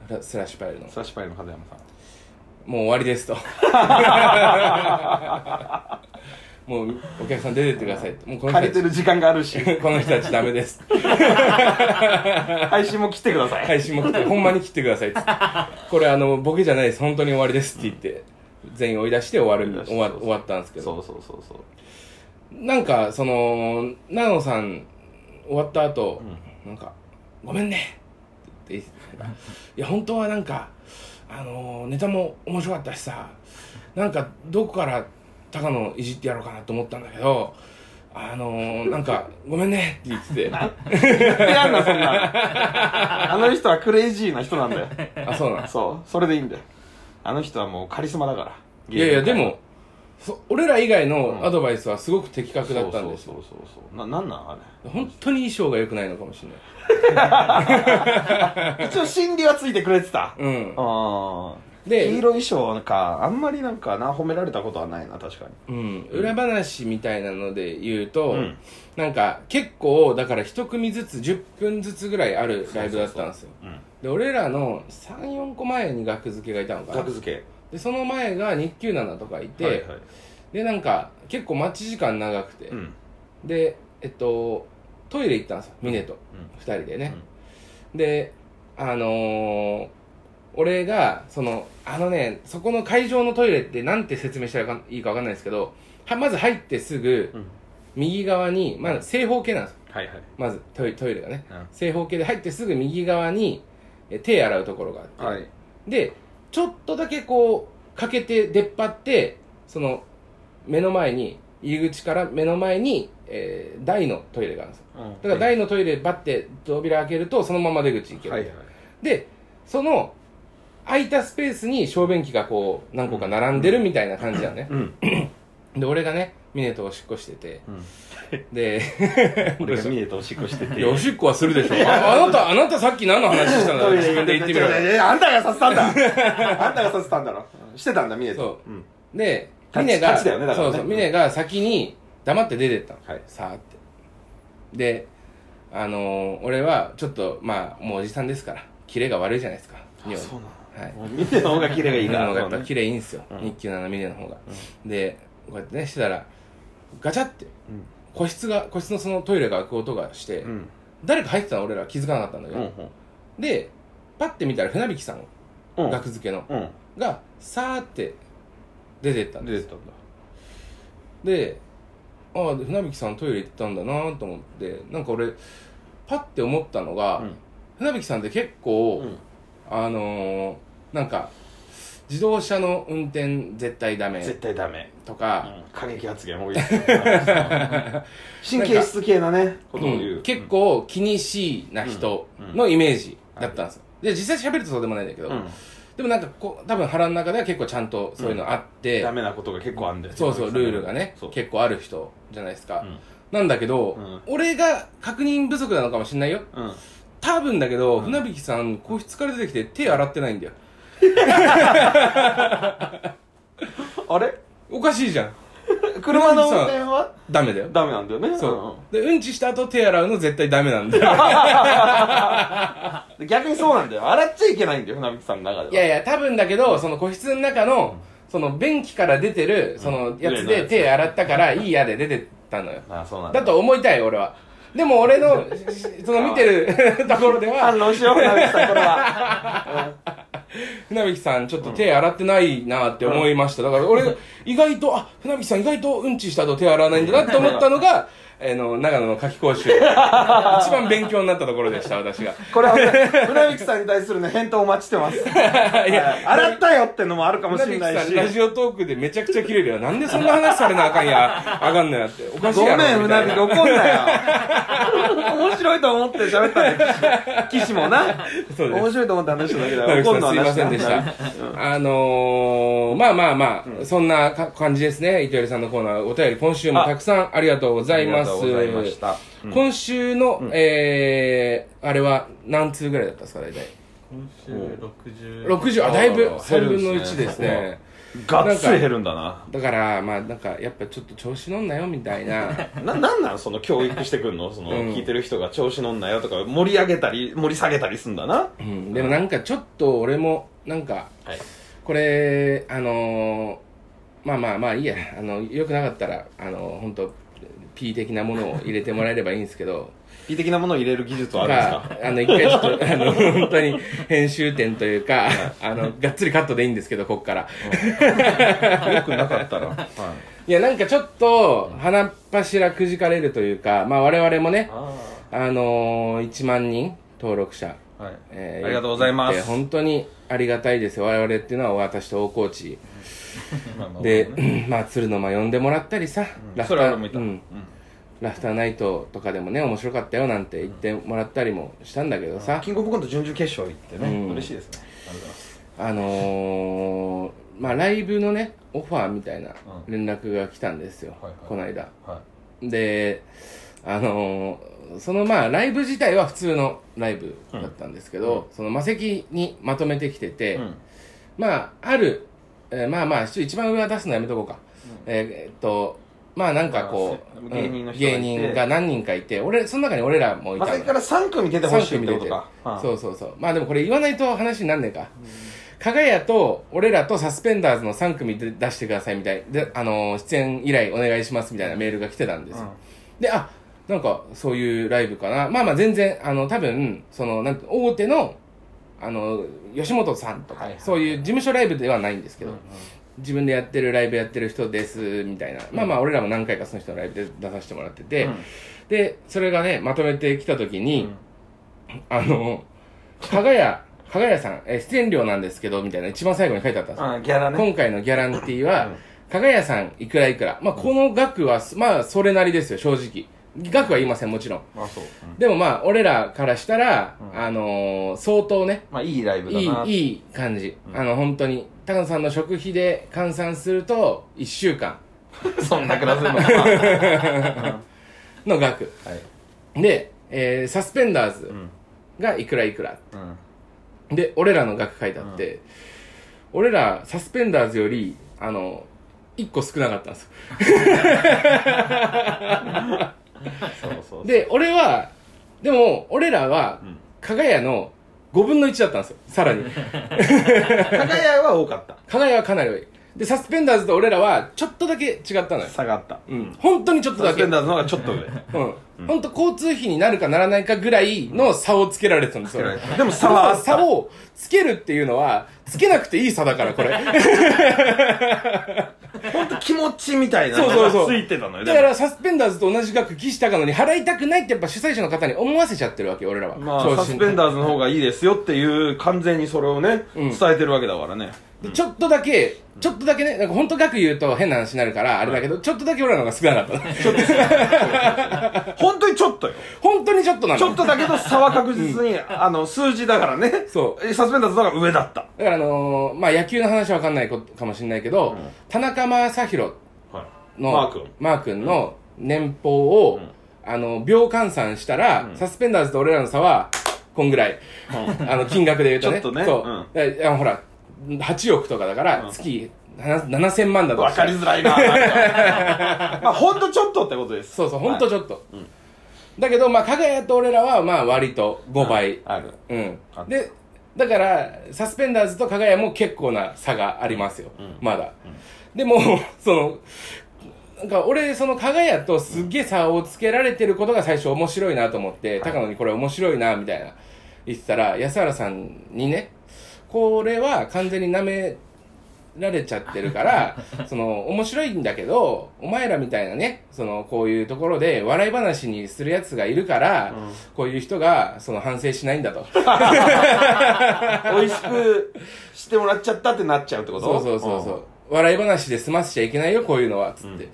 Speaker 2: ラスラッシュパイルの
Speaker 3: スラッシュパイの片山さん
Speaker 2: 「もう終わりです」と「もうお客さん出てってください」と「もうこの
Speaker 3: 借りて
Speaker 2: 人た
Speaker 3: る時間があるし
Speaker 2: ちこの人たちダメです」
Speaker 3: 配信も来てください、
Speaker 2: 配信も来てほんまに切ってくださいっつってこれあのボケじゃないです本当に終わりですって言って、全員追い出して終わる終わ終わったんですけど
Speaker 3: そうそうそうそう
Speaker 2: なんかその長野さん終わった後、なんか「ごめんね」って言って「いや本当はなんかあのーネタも面白かったしさなんかどこから高野いじってやろうかなと思ったんだけどあのーなんかごめんね」って 言ってて
Speaker 3: 言ってやんなそんなのあの人はクレイジーな人なんだよ
Speaker 2: あそうなんです
Speaker 3: そうそれでいいんだよあの人はもうカリスマだから
Speaker 2: いやいや
Speaker 3: 芸
Speaker 2: で
Speaker 3: 人
Speaker 2: もそ俺ら以外のアドバイスはすごく的確
Speaker 3: 界
Speaker 2: だ
Speaker 3: そ
Speaker 2: っ
Speaker 3: う
Speaker 2: た
Speaker 3: そ
Speaker 2: んで
Speaker 3: う
Speaker 2: す
Speaker 3: そ
Speaker 2: よ
Speaker 3: うそうそうななんなんあ
Speaker 2: 本当に衣装が良くないのかもしれない
Speaker 3: れ一応心理はついてくれてた
Speaker 2: うん
Speaker 3: ああ
Speaker 2: で
Speaker 3: 黄色衣装かあんまりなんかな褒められたことはないな確かに
Speaker 2: うん、裏話みたいなので言うと、
Speaker 3: うん
Speaker 2: なんか結構だから1組ずつ10分ずつぐらいあるライブだったんですよ
Speaker 3: うん
Speaker 2: で俺らの34個前に学付けがいたのかな
Speaker 3: 格付け
Speaker 2: でその前が日給7とかいて、
Speaker 3: はいはい
Speaker 2: でなんか結構待ち時間長くて、
Speaker 3: うん
Speaker 2: でえっとトイレ行ったんですよ峰と2人でね、であのー俺がそのあのねそこの会場のトイレってなんて説明したらかんいいかわかんないですけどはまず入ってすぐ、
Speaker 3: うん
Speaker 2: 右側に、まあ、正方形なんですよ
Speaker 3: はいはい
Speaker 2: まずトイトイレがね、
Speaker 3: うん
Speaker 2: 正方形で入ってすぐ右側にえ手洗うところがあって、
Speaker 3: はい
Speaker 2: でちょっとだけこうかけて出っ張ってその目の前に入り口から目の前に、えー台のトイレがあるんですよだから
Speaker 3: い
Speaker 2: 台のトイレバッて扉開けるとそのまま出口行ける、
Speaker 3: はいはい
Speaker 2: でその空いたスペースに小便器がこう何個か並んでるみたいな感じだよね、
Speaker 3: うん
Speaker 2: で俺がね峰とおしっこしててで
Speaker 3: 俺が見えておしっこして
Speaker 2: い
Speaker 3: て
Speaker 2: や、おしっこはするでしょ。ああなた、あなたさっき何の話したんだ
Speaker 3: トイレ
Speaker 2: 自分で言ってみろ。
Speaker 3: いやいやあんたがさせたん だあんたがさせたんだろしてたんだ見えて
Speaker 2: そうんで、
Speaker 3: 立ち
Speaker 2: 峰が、
Speaker 3: 立ちだよねだから
Speaker 2: そ
Speaker 3: ね
Speaker 2: うそう、峰が先に黙って出てったの。
Speaker 3: はい
Speaker 2: さあって。で、あのー俺は、ちょっと、まあ、もうおじさんですから、キレが悪いじゃないですか。匂い
Speaker 3: そうな
Speaker 2: はい。
Speaker 3: の見ての方が綺麗がいい
Speaker 2: 峰
Speaker 3: か
Speaker 2: の方がや
Speaker 3: ら
Speaker 2: っぱ
Speaker 3: そうね
Speaker 2: キレいいんすよ。日給7ミリの方が。で、こうやってね、してたら、ガチャって、個室が個室のそのトイレが開く音がして、
Speaker 3: うん
Speaker 2: 誰か入ってたの俺ら気づかなかったんだけ
Speaker 3: う
Speaker 2: ど、
Speaker 3: ん
Speaker 2: でパッて見たら船引さん、
Speaker 3: うん
Speaker 2: 額付けの
Speaker 3: うん
Speaker 2: がさーって出てったん
Speaker 3: 出
Speaker 2: で
Speaker 3: て
Speaker 2: す
Speaker 3: たんだ
Speaker 2: でああ船引さんトイレ行ったんだなと思ってなんか俺パッて思ったのが、
Speaker 3: うん
Speaker 2: 船引さんって結構、
Speaker 3: うん
Speaker 2: あのー、なんか自動車の運転絶対ダメ
Speaker 3: 絶対ダメ
Speaker 2: とか、
Speaker 3: 過激発言多 い神経質系なねことを言
Speaker 2: う
Speaker 3: うん
Speaker 2: 結構気にしいな人のイメージだったんですよ、で実際喋るとそうでもないんだけど、
Speaker 3: うん
Speaker 2: でもなんかこう多分腹の中では結構ちゃんとそういうのあって、
Speaker 3: ダメなことが結構あんだよ
Speaker 2: そうそうルールがね
Speaker 3: そう
Speaker 2: 結構ある人じゃないです
Speaker 3: う
Speaker 2: か、
Speaker 3: ん
Speaker 2: なんだけど、
Speaker 3: うん
Speaker 2: 俺が確認不足なのかもしれないよ
Speaker 3: うん
Speaker 2: 多分だけど、
Speaker 3: うん
Speaker 2: 船引さん個室から出てきて手洗ってないんだよ
Speaker 3: あれ
Speaker 2: おかしいじゃん
Speaker 3: 車の運転は
Speaker 2: ダメだよ
Speaker 3: ダメなんだよね
Speaker 2: そう、でうんちした後手洗うの絶対ダメなんだよ
Speaker 3: うんで逆にそうなんだよ洗っちゃいけないんだよ船引さんの中
Speaker 2: い
Speaker 3: で
Speaker 2: や
Speaker 3: はい
Speaker 2: や、多分だけど、その個室の中の、その便器から出てる、そのやつ
Speaker 3: うん
Speaker 2: で手洗ったから、いいやで出てったのよ。
Speaker 3: ああそうなんだ
Speaker 2: だと思いたい、俺は。でも俺の、しその見てる ところで
Speaker 3: 反
Speaker 2: は、
Speaker 3: 論しよう船引さんこれ は
Speaker 2: 船引さんちょっと手洗ってないなって思いました。だから俺、意外と、あ、船引さん意外とうんちした後手洗わないんだなって思った のが、あの、長野の夏期講習。一番勉強になったところでした、私が。
Speaker 3: うんこれはね船引さんに対するね返答を待ちしてます
Speaker 2: いや
Speaker 3: はい洗ったよってのもあるかもし
Speaker 2: 船
Speaker 3: れ
Speaker 2: 引
Speaker 3: ない
Speaker 2: さん、
Speaker 3: し
Speaker 2: ラジオトークでめちゃくちゃ切れるよ。なんでそんな話されなあか んや、あかんのやって。おかしい
Speaker 3: ご
Speaker 2: やろ。
Speaker 3: めん、
Speaker 2: み
Speaker 3: う
Speaker 2: た
Speaker 3: ないび
Speaker 2: な
Speaker 3: き怒んなよ。面白いと思って喋ったんだよ、岸もな。
Speaker 2: そうです
Speaker 3: 面白いと思って話しただけだ
Speaker 2: 田
Speaker 3: よ。
Speaker 2: 口
Speaker 3: 怒んの
Speaker 2: さんすいま
Speaker 3: 話
Speaker 2: せんでした。あのー、まあまあまあ、そんなか感じですね。糸よりさんのコーナー、お便り今週もたくさんありがとうござ
Speaker 3: あ
Speaker 2: い
Speaker 3: りが
Speaker 2: ます。
Speaker 3: とうございました。
Speaker 2: 今週の、えー、あれは何通ぐらいだったんですか、大体。
Speaker 4: 今週60
Speaker 2: 60、あ、だいぶ
Speaker 3: あー
Speaker 2: 3分の1です
Speaker 3: 減るんで
Speaker 2: ね。
Speaker 3: がっつり減るんだな。
Speaker 2: だから、まあなんか、やっぱちょっと調子乗んなよ、みたいな。
Speaker 3: な、なんなんその教育してくんのその、
Speaker 2: うん
Speaker 3: 聞いてる人が調子乗んなよとか、盛り上げたり、盛り下げたりすんだな。
Speaker 2: うん、でもなんかちょっと俺もなんか、
Speaker 3: はい
Speaker 2: これあのーまあまあまあいいやあのよくなかったらあの本当 P 的なものを入れてもらえればいいんですけど
Speaker 3: 美的なものを入れる技術はあるんですか
Speaker 2: まああの一回ちょっとあの本当に編集点というかあのがっつりカットでいいんですけどこっから
Speaker 3: よくなかったら。はい。
Speaker 2: いやなんかちょっと鼻っ柱くじかれるというかまあ我々もね
Speaker 3: あ
Speaker 2: あのー1万人登録者
Speaker 3: ーはい。
Speaker 2: え
Speaker 3: ありがとうございます
Speaker 2: やって本当にありがたいですよ我々っていうのは私と大河内
Speaker 3: まあまあ
Speaker 2: で、 まあ鶴の間呼んでもらったりさ、ラフ
Speaker 3: そ
Speaker 2: タ
Speaker 3: れは俺
Speaker 2: ー
Speaker 3: もいた。
Speaker 2: う
Speaker 3: うんん。
Speaker 2: ラフターナイトとかでもね面白かったよなんて言ってもらったりもしたんだけどさ、
Speaker 3: キングオブコント準々決勝行って
Speaker 2: うん
Speaker 3: ね、嬉しいですね。ありがとうございます。
Speaker 2: あのー、まあライブのねオファーみたいな
Speaker 3: う
Speaker 2: 連絡が来たんですよ、
Speaker 3: はいはい
Speaker 2: この間
Speaker 3: はい。
Speaker 2: であのーそのまあライブ自体は普通のライブだったんですけど、その魔石にまとめてきてて、
Speaker 3: うん
Speaker 2: まあ、ある、えーまあまあ、ちょ一番上は出すのやめとこうか。えーえーっと、まあなんかこう、
Speaker 3: まあせ芸人の人がい
Speaker 2: 芸
Speaker 3: て
Speaker 2: 人が何人かいて、俺、その中に俺らもいた
Speaker 3: ま
Speaker 2: の
Speaker 3: さから3組出てほしい
Speaker 2: 三
Speaker 3: っ
Speaker 2: 組
Speaker 3: て
Speaker 2: 出
Speaker 3: こ
Speaker 2: て
Speaker 3: とか。はい
Speaker 2: そうそうそう。まあでもこれ言わないと話になんねえか。かがやと、俺らとサスペンダーズの3組で出してくださいみたい。で、あのー、出演依頼お願いしますみたいなメールが来てたんですよ。で、あ、なんかそういうライブかな。まあまあ全然、あの、多分、その、なんて大手の、あの、吉本さんとか、
Speaker 3: はいはい
Speaker 2: そういう事務所ライブではないんですけど、自分でやってるライブやってる人です、みたいな。まあまあ、俺らも何回かその人のライブで出させてもらってて、
Speaker 3: うん
Speaker 2: で、それがね、まとめてきたときに、あの、かがや、かがやさん、えー出演料なんですけど、みたいな、一番最後に書いてあったんですよ。
Speaker 3: うんギャラね。
Speaker 2: 今回のギャランティーは、かがやさんいくらいくら。まあ、この額は、まあ、それなりですよ、正直。額は言いません、もちろん。
Speaker 3: まあそう。
Speaker 2: でもまあ、俺らからしたら、あのー相当ね、
Speaker 3: まあいいライブだ
Speaker 2: い
Speaker 3: な。
Speaker 2: い、いい感じ。あの、本当に、タンさんの食費で換算すると、1週間
Speaker 3: そんな暮ら せるのか
Speaker 2: の額。
Speaker 3: な。はい。
Speaker 2: で、えーサスペンダーズ
Speaker 3: ん
Speaker 2: がいくらいくら。
Speaker 3: うん。
Speaker 2: で、俺らの額書いてあって、俺ら、サスペンダーズより、あの、1個少なかったんですよ。
Speaker 3: そうそう。
Speaker 2: で、俺は、でも、俺らは
Speaker 3: ん、
Speaker 2: かがやの5分の1だったんですよ。さらに。
Speaker 3: 高屋は多かった。
Speaker 2: かがやはかなり多い。でサスペンダーズと俺らはちょっとだけ違ったのよ、
Speaker 3: 下があった
Speaker 2: うん、本当にちょっと
Speaker 3: サ
Speaker 2: だ
Speaker 3: ス
Speaker 2: け
Speaker 3: ペンダーズの方がちょっと上
Speaker 2: うん、本当交通費になるかならないかぐらいの差をつけられてたんですよ。
Speaker 3: でも差はあった
Speaker 2: 差をつけるっていうのは、つけなくていい差だか ら、これ。
Speaker 3: 本当気持ちみたいな
Speaker 2: そうそうそう
Speaker 3: ついてたのよ
Speaker 2: だから、サスペンダーズと同じ額寄したかのに払いたくないってやっぱ主催者の方に思わせちゃってるわけよ、俺らは。
Speaker 3: ま
Speaker 2: 昇
Speaker 3: あ、サ
Speaker 2: 進
Speaker 3: スペンダーズの方がいいですよっていう完全にそれをね、
Speaker 2: うん
Speaker 3: 伝えてるわけだからね
Speaker 2: でちょっとだけ、ちょっとだけね、なんか本当額言うと変な話になるから、あれだけど、ちょっとだけ俺らの方が少なかった の。
Speaker 3: 本当にちょっとよ
Speaker 2: 本当にちょっとなの。
Speaker 3: ちょっとだけど差は確実に、あの数字だからね
Speaker 2: そう
Speaker 3: サスペンダーズの方が上だった
Speaker 2: だからあのーまあ野球の話は分かんないことかもしれないけど、田中将
Speaker 3: は
Speaker 2: 大
Speaker 3: い
Speaker 2: の
Speaker 3: マー君
Speaker 2: 君の年俸を、あの秒換算したら、サスペンダーズと俺らの差はこんぐらい、 あの金額で言うと
Speaker 3: ち
Speaker 2: ね
Speaker 3: ょっとね
Speaker 2: そう
Speaker 3: うん
Speaker 2: だからいやほら8億とかだから月7 7000万だと
Speaker 3: わ
Speaker 2: し
Speaker 3: か
Speaker 2: たら
Speaker 3: りづ らいななんかまあほんとちょっとってことです
Speaker 2: そうそうほんとちょっと、だけどまあ加賀谷と俺らはまあ割と5倍、
Speaker 3: ある
Speaker 2: うん
Speaker 3: あ、
Speaker 2: でだからサスペンダーズと加賀谷も結構な差がありますよ、まだ、でも そのなんか俺その加賀谷とすっげえ差をつけられてることが最初面白いなと思って、高野にこれ面白いなみたいな言ってたら安原さんにねこれは完全に舐められちゃってるから その面白いんだけどお前らみたいなねそのこういうところで笑い話にするやつがいるから、こういう人がその反省しないんだと
Speaker 3: 美味しくしてもらっちゃったってなっちゃうってこと
Speaker 2: そうそうそうそう、笑い話で済ませちゃいけないよこういうのはつって、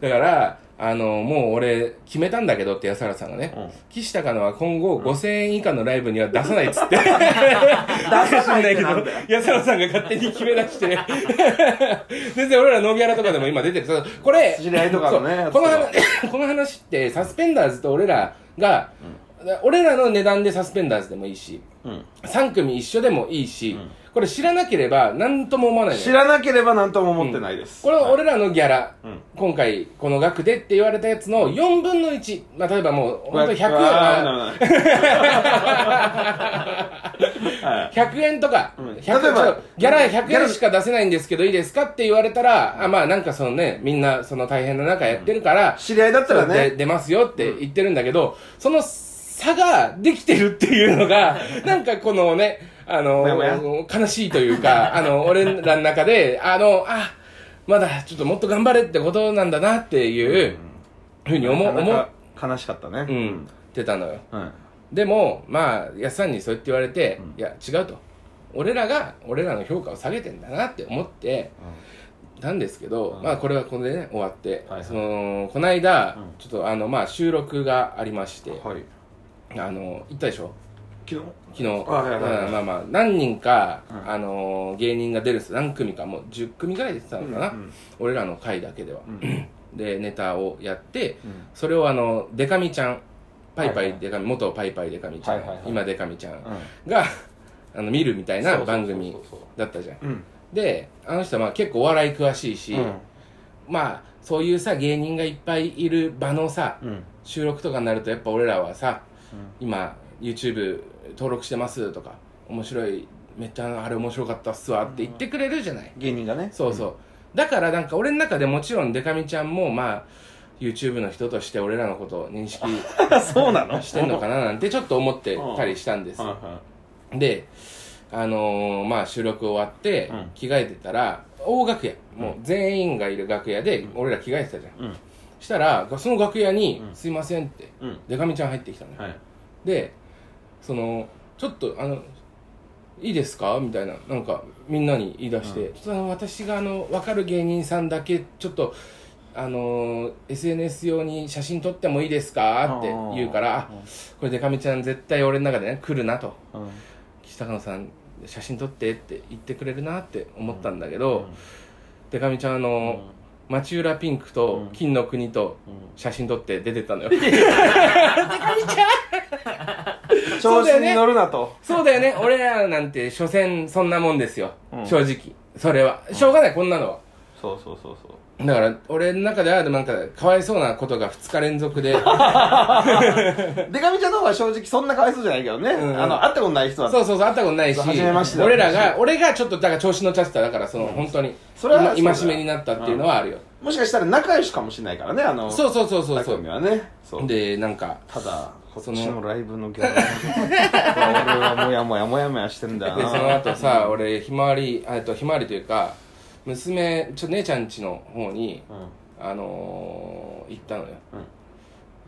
Speaker 2: だからあのもう俺決めたんだけどって安原さんがね、
Speaker 3: うん
Speaker 2: 岸高野は今後5000円以下のライブには出さないっ つって出
Speaker 3: さないってなんだ
Speaker 2: 安原さんが勝手に決め出して 全然俺らノーギャラとかでも今出てるそうこれ
Speaker 3: 知り合いとかのね
Speaker 2: そう
Speaker 3: やつ
Speaker 2: ことの
Speaker 3: か
Speaker 2: 話 この話ってサスペンダーズと俺らが、俺らの値段でサスペンダーズでもいいし
Speaker 3: うん、うん
Speaker 2: 3組一緒でもいいし、これ知らなければ何とも思わないのよ
Speaker 3: 知らなければ何とも思ってないです、
Speaker 2: これ俺らのギャラ、
Speaker 3: うん
Speaker 2: 今回この額でって言われたやつの4分の1、まあ、例えばもう本当100円
Speaker 3: う
Speaker 2: は
Speaker 3: わ危ない危ない はい
Speaker 2: 100円とか、
Speaker 3: ん
Speaker 2: 100
Speaker 3: 例えば
Speaker 2: ちょっとギャラ
Speaker 3: ギャ
Speaker 2: 100
Speaker 3: ラ
Speaker 2: 円しか出せないんですけどいいですかって言われたら、あまあなんかそのねみんなその大変な中やってるから、
Speaker 3: 知り合いだったら
Speaker 2: で
Speaker 3: ね
Speaker 2: 出ますよって言ってるんだけど、その差ができてるっていう のがなんかこのねあの
Speaker 3: もやもや
Speaker 2: 悲しいとい うかあの俺らの中であのあまだちょっともっと頑張れってことなんだなっていうふうに思,、う
Speaker 3: なか
Speaker 2: 思
Speaker 3: な
Speaker 2: っ
Speaker 3: か悲しかったね
Speaker 2: うん、てたのよ
Speaker 3: うん
Speaker 2: でもまあ安さんにそうやって言われて、いや違うと俺らが俺らの評価を下げてんだなって思って、なんですけど、
Speaker 3: うん
Speaker 2: まあこれはこれでね終わって、
Speaker 3: はいはい
Speaker 2: そのこの間、
Speaker 3: うん
Speaker 2: ちょっとあのまあ収録がありまして、
Speaker 3: はい
Speaker 2: あの行ったでしょ
Speaker 3: 昨日
Speaker 2: 昨日
Speaker 3: はいはいはい
Speaker 2: うんまあまあ何人か、
Speaker 3: うん
Speaker 2: あの芸人が出るんです何組かもう10組ぐらい出てたのかな、
Speaker 3: うん
Speaker 2: 俺らの回だけでは、
Speaker 3: うん
Speaker 2: でネタをやって、
Speaker 3: うん
Speaker 2: それをあのデカミちゃんパイパ
Speaker 3: はい
Speaker 2: イ
Speaker 3: はい
Speaker 2: デカミ、元パイパイデカミちゃん、
Speaker 3: はいはいはい
Speaker 2: 今デカミちゃん
Speaker 3: うん
Speaker 2: が あの見るみたいな
Speaker 3: そうそうそうそう
Speaker 2: 番組だったじゃん
Speaker 3: うん
Speaker 2: であの人はまあ結構お笑い詳しいし、まあそういうさ芸人がいっぱいいる場のさ
Speaker 3: うん
Speaker 2: 収録とかになるとやっぱ俺らはさ、今 YouTube 登録してますとか面白いめっちゃあれ面白かったっすわって言ってくれるじゃない、
Speaker 3: 芸人がね
Speaker 2: そうそう、だからなんか俺の中でもちろんデカミちゃんもまあ YouTube の人として俺らのことを認識
Speaker 3: そうなの
Speaker 2: してんのかななんてちょっと思ってたりしたんです
Speaker 3: はいはい
Speaker 2: であのーまあ収録終わって
Speaker 3: うん
Speaker 2: 着替えてたら大楽屋もう全員がいる楽屋で俺ら着替えてたじゃん、
Speaker 3: うん
Speaker 2: したらその楽屋に
Speaker 3: うん
Speaker 2: 「すいません」って
Speaker 3: うん
Speaker 2: デカミちゃん入ってきたのよ、
Speaker 3: はい
Speaker 2: でそのちょっとあのいいですかみたいななんかみんなに言い出して、ちょっとあの私があの分かる芸人さんだけちょっとあのー SNS 用に写真撮ってもいいですかって言うからあこれでかみちゃん絶対俺の中でね来るなと
Speaker 3: うん
Speaker 2: 岸高野さん写真撮ってって言ってくれるなって思ったんだけど、でかみちゃんあのー町浦ピンクと金の国と写真撮って出て ったのよ、
Speaker 3: 調子に乗るなと
Speaker 2: そうだよね。俺らなんて、所詮そんなもんですよ。
Speaker 3: うん
Speaker 2: 正直。それは。しょうがない、こんなのは。
Speaker 3: そうそうそうそう
Speaker 2: だから俺の中ではでもなんかかわいそうなことが2日連続 で
Speaker 3: でかみちゃんの方は正直そんなかわいそうじゃないけどね、
Speaker 2: ん
Speaker 3: あの会ったことない人だった
Speaker 2: そうそうそうあったことないし
Speaker 3: そう初めましてだったし
Speaker 2: 俺らが俺がちょっとだから調子乗っちゃってただからその、本当に
Speaker 3: それはそうだ
Speaker 2: 今
Speaker 3: よ
Speaker 2: 戒めになったっていうのはあるよ、
Speaker 3: もしかしたら仲良しかもしれないからねあの
Speaker 2: そうそうそうそう
Speaker 3: 二
Speaker 2: そ
Speaker 3: 組
Speaker 2: う
Speaker 3: はねそう
Speaker 2: でなんか
Speaker 3: ただこっち
Speaker 2: その
Speaker 3: のライブのギャラ 俺はもやもやもやもやしてんだよ
Speaker 2: でその
Speaker 3: な
Speaker 2: 後さ俺ひまわりあえっとひまわりというか娘ちょ姉ちゃん家の方に、あのー行ったのよ、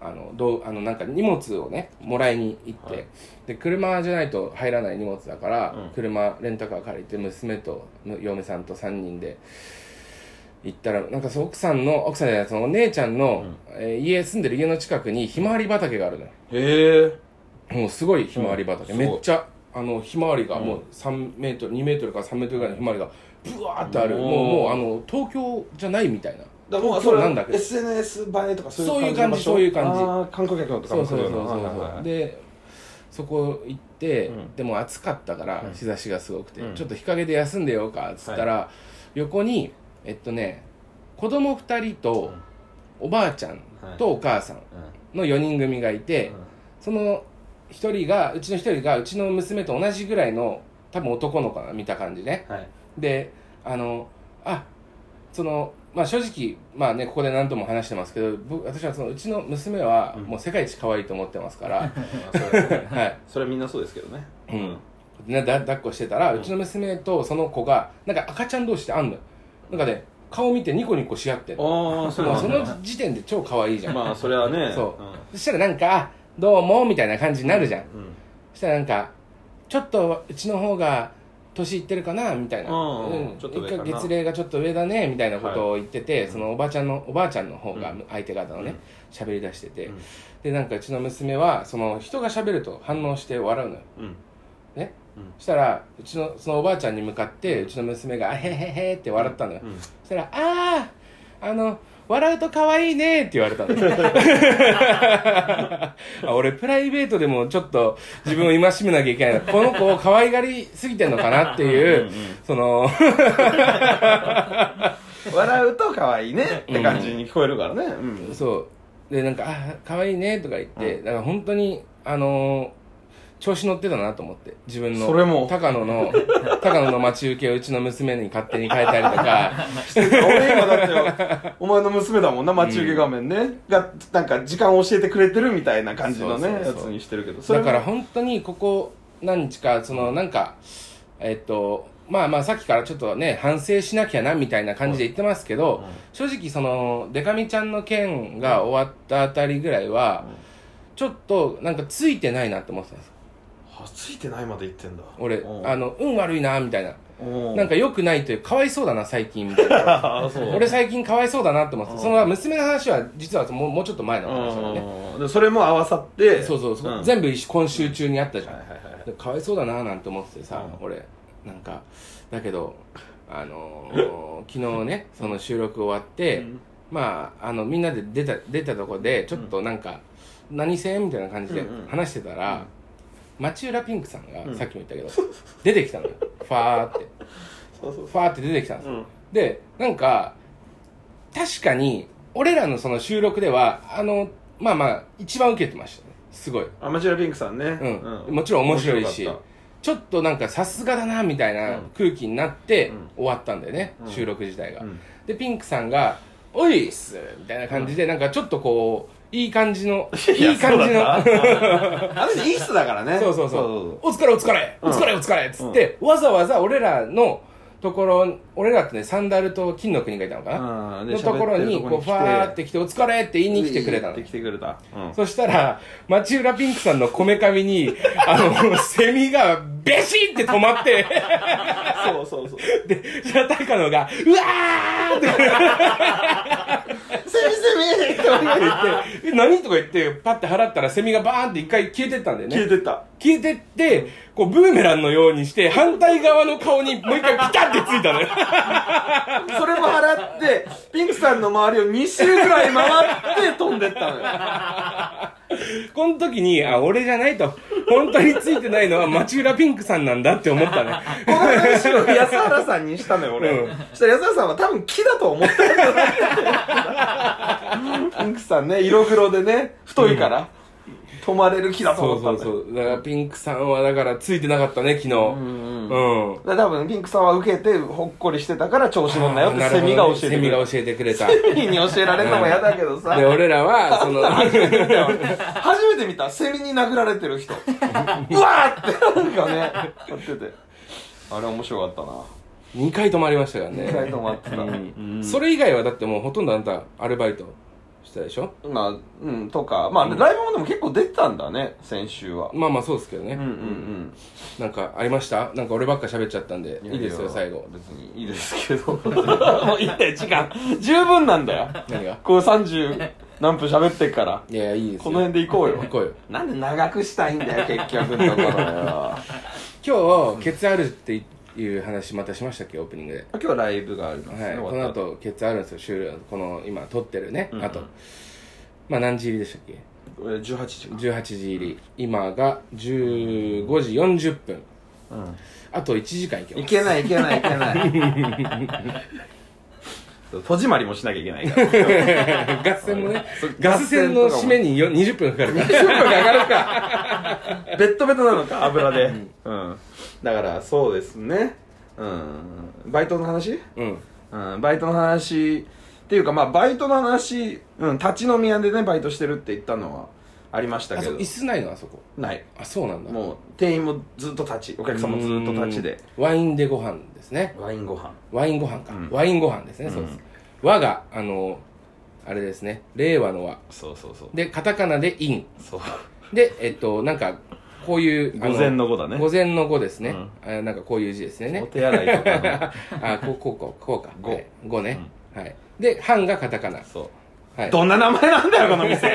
Speaker 2: あのどうあのなんか荷物をねもらいに行って、で車じゃないと入らない荷物だから、車レンタカー借りて娘とむ嫁さんと3人で行ったらなんかその奥さんの奥さんじゃないその姉ちゃんの、えー家住んでる家の近くにひまわり畑があるのよ
Speaker 3: へえ
Speaker 2: もうすごいひまわり畑、
Speaker 3: うん
Speaker 2: めっちゃあのひまわりがもう3メートル、2メートルから3メートルぐらいのひまわりがブワーってある
Speaker 3: うん
Speaker 2: もうもうあの東京じゃないみたいな
Speaker 3: だからもう
Speaker 2: 東
Speaker 3: そ
Speaker 2: 京
Speaker 3: れ
Speaker 2: なんだけど
Speaker 3: SNS 映えとかそういうの場所
Speaker 2: そういう感じそういう感じ
Speaker 3: あー観光客のとか
Speaker 2: そうそうそうそう
Speaker 3: 来
Speaker 2: そ
Speaker 3: るよ
Speaker 2: う、
Speaker 3: なはいはいはい
Speaker 2: でそこ行って、
Speaker 3: うん
Speaker 2: でも暑かったから日差しがすごくて、
Speaker 3: うん
Speaker 2: ちょっと日陰で休んでようかっつったら、横にえっとね子供2人とおばあちゃんとお母さんの4人組がいて、
Speaker 3: うん
Speaker 2: その1人がうちの1人がうちの娘と同じぐらいの多分男の子が見た感じね、
Speaker 3: はい
Speaker 2: であのあそのまあ正直まあねここで何度も話してますけど僕私はそのうちの娘は
Speaker 3: うん
Speaker 2: もう世界一可愛いと思ってます から、
Speaker 3: まあそれはね
Speaker 2: はい、
Speaker 3: それはみんなそうですけどね
Speaker 2: うんね、だ抱っこしてたら、うちの娘とその子がなんか赤ちゃん同士であんのよなんかね顔見てニコニコし合ってんの
Speaker 3: ああそれ
Speaker 2: もう
Speaker 3: は
Speaker 2: その時点で超可愛いじゃん、
Speaker 3: まあそれはね
Speaker 2: そう
Speaker 3: うん
Speaker 2: そしたらなんかあ「どうも」みたいな感じになるじゃん、
Speaker 3: うん
Speaker 2: そしたらなんかちょっとうちの方が年いってるかなみたいな、
Speaker 3: うんちょっと上かな
Speaker 2: 一回月齢がちょっと上だねみたいなことを言ってて、そのおばあちゃんのおばあちゃんの方が
Speaker 3: うん
Speaker 2: 相手方のね喋、り出してて、
Speaker 3: うん
Speaker 2: でなんかうちの娘はその人が喋ると反応して笑うのよ
Speaker 3: うん
Speaker 2: ね
Speaker 3: うん
Speaker 2: そしたらうちのそのおばあちゃんに向かってうちの娘が「あへへへ」って笑ったのよ、
Speaker 3: うん
Speaker 2: そしたら「あああの笑うと可愛いね」って言われ たのあ俺プライベートでもちょっと自分を戒めなきゃいけないなこの子を可愛がりすぎてんのかなっていう
Speaker 3: うんうん
Speaker 2: その
Speaker 3: 笑うと可愛いねって感じに聞こえるからねうん
Speaker 2: そうでなんか「あ可愛いね」とか言って、だから本当にあのー調子乗ってたなと思って自分の
Speaker 3: それも
Speaker 2: 高野の高野の待ち受けをうちの娘に勝手に変えたりとか
Speaker 3: 俺今だってお前の娘だもんな待ち受け画面ね、がなんか時間教えてくれてるみたいな感じのね
Speaker 2: そうそうそう
Speaker 3: やつにしてるけど
Speaker 2: だから
Speaker 3: は
Speaker 2: 本当にここ何日かそのなんかえっとまあまあさっきからちょっとね反省しなきゃなみたいな感じで言ってますけど、正直そのデカミちゃんの件が終わったあたりぐらいは、ちょっとなんかついてないなって思ってたんです
Speaker 3: あついてないまで言ってんだ
Speaker 2: 俺、
Speaker 3: うん
Speaker 2: あの運悪いなみたいな、
Speaker 3: うん
Speaker 2: なんか良くないというかわいそうだな最近みたいな
Speaker 3: あ そう
Speaker 2: 俺最近かわいそうだなって思ってた、
Speaker 3: うん
Speaker 2: その娘の話は実はもうもうちょっと前の話なのね、
Speaker 3: うんでそれも合わさって
Speaker 2: そうそうそう、
Speaker 3: ん
Speaker 2: 全部一緒今週中にあったじゃん、
Speaker 3: はいはいはいはい
Speaker 2: でかわいそうだななんて思っててさ、
Speaker 3: う
Speaker 2: 俺なんかだけど あのー昨日ねその収録終わって、
Speaker 3: うん
Speaker 2: まああのみんなで出た出たとこでちょっとなんか、何せみたいな感じで
Speaker 3: うんうん
Speaker 2: 話してたら、町浦ピンクさんが、
Speaker 3: ん
Speaker 2: さっきも言ったけど出てきたのよファーって
Speaker 3: そうそう
Speaker 2: ファーって出てきたんです
Speaker 3: う
Speaker 2: よ、
Speaker 3: ん
Speaker 2: でなんか確かに俺らのその収録ではあのまあまあ一番受けてましたねすごい
Speaker 3: アマチュアピンクさんね
Speaker 2: うんもちろん面白いし
Speaker 3: 面白かっ
Speaker 2: ちょっとなんかさすがだなみたいな
Speaker 3: うん
Speaker 2: 空気になって
Speaker 3: うん
Speaker 2: 終わったんだよね、
Speaker 3: うん
Speaker 2: 収録自体が、
Speaker 3: うん
Speaker 2: でピンクさんが「おいっす」みたいな感じで、なんかちょっとこういい感じのいい感じ
Speaker 3: いや
Speaker 2: の
Speaker 3: そうだったあの 人いい人だからね
Speaker 2: そうそうそうお疲れお疲れお疲れお疲れっつって、わざわざ俺らのところ俺らってねサンダルと金の国がいたのかな、
Speaker 3: うんで
Speaker 2: のところに
Speaker 3: 喋ってるとこ
Speaker 2: こう
Speaker 3: に来
Speaker 2: フ
Speaker 3: て
Speaker 2: ァーって来て「お疲れ」って言いに来てくれたの
Speaker 3: 来てくれたうん
Speaker 2: そしたら、町浦ピンクさんのこめかみに、あの、セミが、ベシって止まって、
Speaker 3: そうそうそう
Speaker 2: で、じゃあ、高野が、うわーって
Speaker 3: セミセミ
Speaker 2: 言って、え何とか言って、パッて払ったら、セミがバーンって一回消えてったんだよ
Speaker 3: 消え
Speaker 2: ね。
Speaker 3: てった
Speaker 2: 消えてって、こう、ブーメランのようにして、反対側の顔にもう一回ピタってついたのよ。
Speaker 3: それも払って、ピンクさんの周りを2周くらい回って飛んでったのよ。
Speaker 2: この時に、あ、俺じゃないと。本当についてないのは町浦ピンクさんなんだって思ったね
Speaker 5: この話を安原さんにしたのよ俺、
Speaker 2: うん
Speaker 5: そしたら安原さんは多分木だと思ったんだ
Speaker 3: ピンクさんね色黒でね
Speaker 5: 太いから、
Speaker 3: 泊まれる 気だと
Speaker 2: そ
Speaker 3: 思
Speaker 2: う
Speaker 3: った
Speaker 2: そ
Speaker 3: ん
Speaker 2: う
Speaker 3: だよ
Speaker 2: そうだからピンクさんはだからついてなかったね昨日うん、
Speaker 3: だから多分ピンクさんは受けてほっこりしてたから調子乗んなよってセミが教えて
Speaker 2: セ
Speaker 3: くれ
Speaker 2: ミ
Speaker 3: る
Speaker 2: が教えてくれた
Speaker 5: セミに教えられるのも嫌だけどさ
Speaker 2: で俺らは その
Speaker 3: 初めて見たセミに殴られてる 人うわーってなんかねやっててあれ面白かったな
Speaker 2: 2回泊まりましたからね
Speaker 3: 意外と待ってた、
Speaker 2: うんそれ以外はだってもうほとんどあんたアルバイトしたでしょ
Speaker 3: まあうんとかまあ、ライブもでも結構出てたんだね先週は
Speaker 2: まあまあそうですけどね、
Speaker 3: うんうん
Speaker 2: なんかありましたなんか俺ばっか喋っちゃったんで
Speaker 3: うん
Speaker 2: いいですよ最後
Speaker 3: 別にいいですけど もう いいよ時間十分なんだよ
Speaker 2: 何が
Speaker 3: こう30何分喋ってっから
Speaker 2: いやいやいいですよ
Speaker 3: この辺で行こうよ
Speaker 2: 行こうよ
Speaker 3: なんで長くしたいんだよ結局のところよ
Speaker 2: 今日ケツあるっていう話またしましたっけオープニングで
Speaker 3: 今日はライブがあります
Speaker 2: は
Speaker 3: ね、
Speaker 2: いこ
Speaker 3: 終
Speaker 2: の
Speaker 3: わった
Speaker 2: 後ケツあるんですよ終了この今撮ってるね、あとまあ何時入りでしたっけ
Speaker 3: えー18時か
Speaker 2: 18時入り今が15時40分、あと1時間いけ
Speaker 5: い
Speaker 2: ます
Speaker 5: けないいけないいけ ない
Speaker 3: 戸締まりもしなきゃいけないから
Speaker 2: 合戦もね
Speaker 3: そう
Speaker 2: ガス戦の締めによ20分かかるから
Speaker 3: ベッドベトなの か油でうんだからそうですねうんバイトの話
Speaker 2: うん
Speaker 3: うんバイトの話っていうかまあバイトの話うん立ち飲み屋でねバイトしてるって言ったのはありました
Speaker 2: あ
Speaker 3: け
Speaker 2: そ
Speaker 3: ど
Speaker 2: こ椅子ないのあそこ
Speaker 3: ない
Speaker 2: あそうなんだ
Speaker 3: もう店員もずっと立ちお客さんもずっと立ちで
Speaker 2: うんワインでご飯ですね
Speaker 3: ワインご飯
Speaker 2: ワインご飯か、
Speaker 3: うん
Speaker 2: ワインご飯ですね、そうです和があのあれですね令和の和
Speaker 3: そうそうそう
Speaker 2: でカタカナで「イン
Speaker 3: そう」
Speaker 2: でえっとなんかこういうあ
Speaker 3: 午前の後だね
Speaker 2: 午前の語ですね、
Speaker 3: うん
Speaker 2: あなんかこういう字ですね
Speaker 3: お手洗いと か
Speaker 2: あこうこうこうこうか
Speaker 3: ご
Speaker 2: はいごね、はいで「ハン」がカタカナ
Speaker 3: のそう
Speaker 2: はい
Speaker 3: どんな名前なんだよこの 店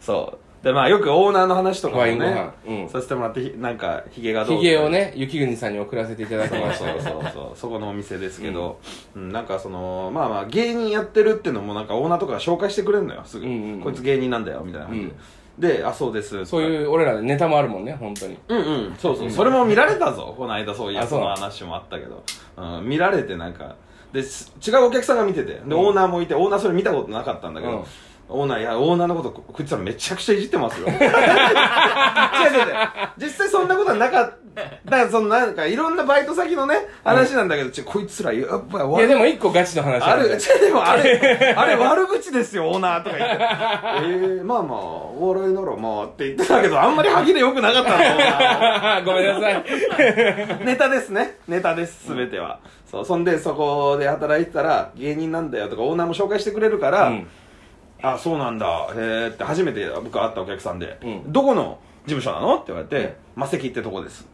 Speaker 3: そうでまあよくオーナーの話とかも
Speaker 2: ワインご
Speaker 3: ね
Speaker 2: 飯うん
Speaker 3: させてもらってひなんかヒゲがどう
Speaker 2: ひげをね雪国さんに送らせていただきまし
Speaker 3: そ
Speaker 2: たよ
Speaker 3: うそう そうそこのお店ですけど、うんなんかそのまあまあ芸人やってるっていうのもなんかオーナーとかが紹介してくれるのよすぐ、
Speaker 2: うんうん
Speaker 3: こいつ芸人なんだよみたいな感じで、であそうです
Speaker 2: そう
Speaker 3: う
Speaker 2: いう俺らネタもあるもんね本当に
Speaker 3: うんうんそうそう、それも見られたぞこの間そうい
Speaker 2: あ
Speaker 3: う
Speaker 2: そ
Speaker 3: そうの話もあったけど、うん、見られてなんかです違うお客さんが見ててで、オーナーもいてオーナーそれ見たことなかったんだけど、
Speaker 2: うん
Speaker 3: オーナーいやオーナーのことここいつらめちゃくちゃいじって ますよ違う違う違う実際そんなことはなかっただからそのなんかいろんなバイト先のね話なんだけど、ちょこいつらやっぱ
Speaker 2: いや
Speaker 3: 悪
Speaker 2: でも一個ガチの話
Speaker 3: あ
Speaker 2: る
Speaker 3: れ、ちょ でもあれ、あれ悪口ですよ、オーナーとか言って。ええまあまあ、お笑いならまあって言ってたけど、あんまり歯切れ良くなかったのオーナー。
Speaker 2: ごめんなさい。
Speaker 3: ネタですねネタです全ては、そうそんでそこで働いてたら芸人なんだよとかオーナーも紹介してくれるから、
Speaker 2: うん
Speaker 3: あそうなんだへえって初めて僕会ったお客さんで、
Speaker 2: うん
Speaker 3: どこの事務所なのって言われて「マセキってとこです」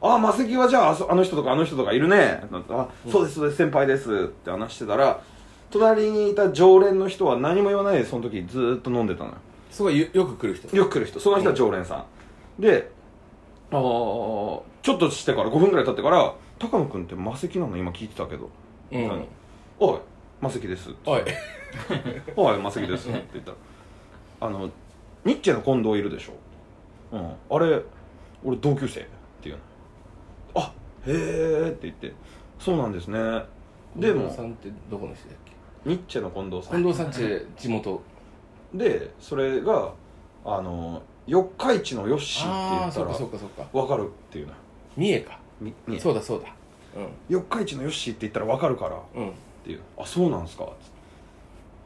Speaker 3: あマセキはじゃああそあの人とかあの人とかいるねあそうですそうです先輩ですって話してたら隣にいた常連の人は何も言わないでその時ずーっと飲んでたのよ
Speaker 2: すごいよよく来る人。
Speaker 3: よく来る人その人は常連さん、でああちょっとしてから5分ぐらい経ってから「高野君ってマセキなの今聞いてたけど」あ
Speaker 2: うん
Speaker 3: の。おいマセキです」
Speaker 2: おい。
Speaker 3: おいマセキです」って言ったら「あのニッチェの近藤いるでしょ、うん、あれ俺同級生」っていうの「あへえ」って言って「そうなんですね」で
Speaker 2: 近藤さ
Speaker 3: も
Speaker 2: んってどこの人だっけ
Speaker 3: ニッチェの近藤さん
Speaker 2: 近藤さんって地元。
Speaker 3: でそれがあの四日市のヨッシーって
Speaker 2: あ
Speaker 3: 言
Speaker 2: あ、
Speaker 3: っ
Speaker 2: そ
Speaker 3: た
Speaker 2: っかそ
Speaker 3: ら
Speaker 2: っかそっか。
Speaker 3: 分かるっていうの
Speaker 2: 三重か。
Speaker 3: みみ
Speaker 2: そうだそうだ。
Speaker 3: 四日市のヨッシーって言ったら分かるからっ
Speaker 2: うん。うん。
Speaker 3: ていうあそうなんすかつって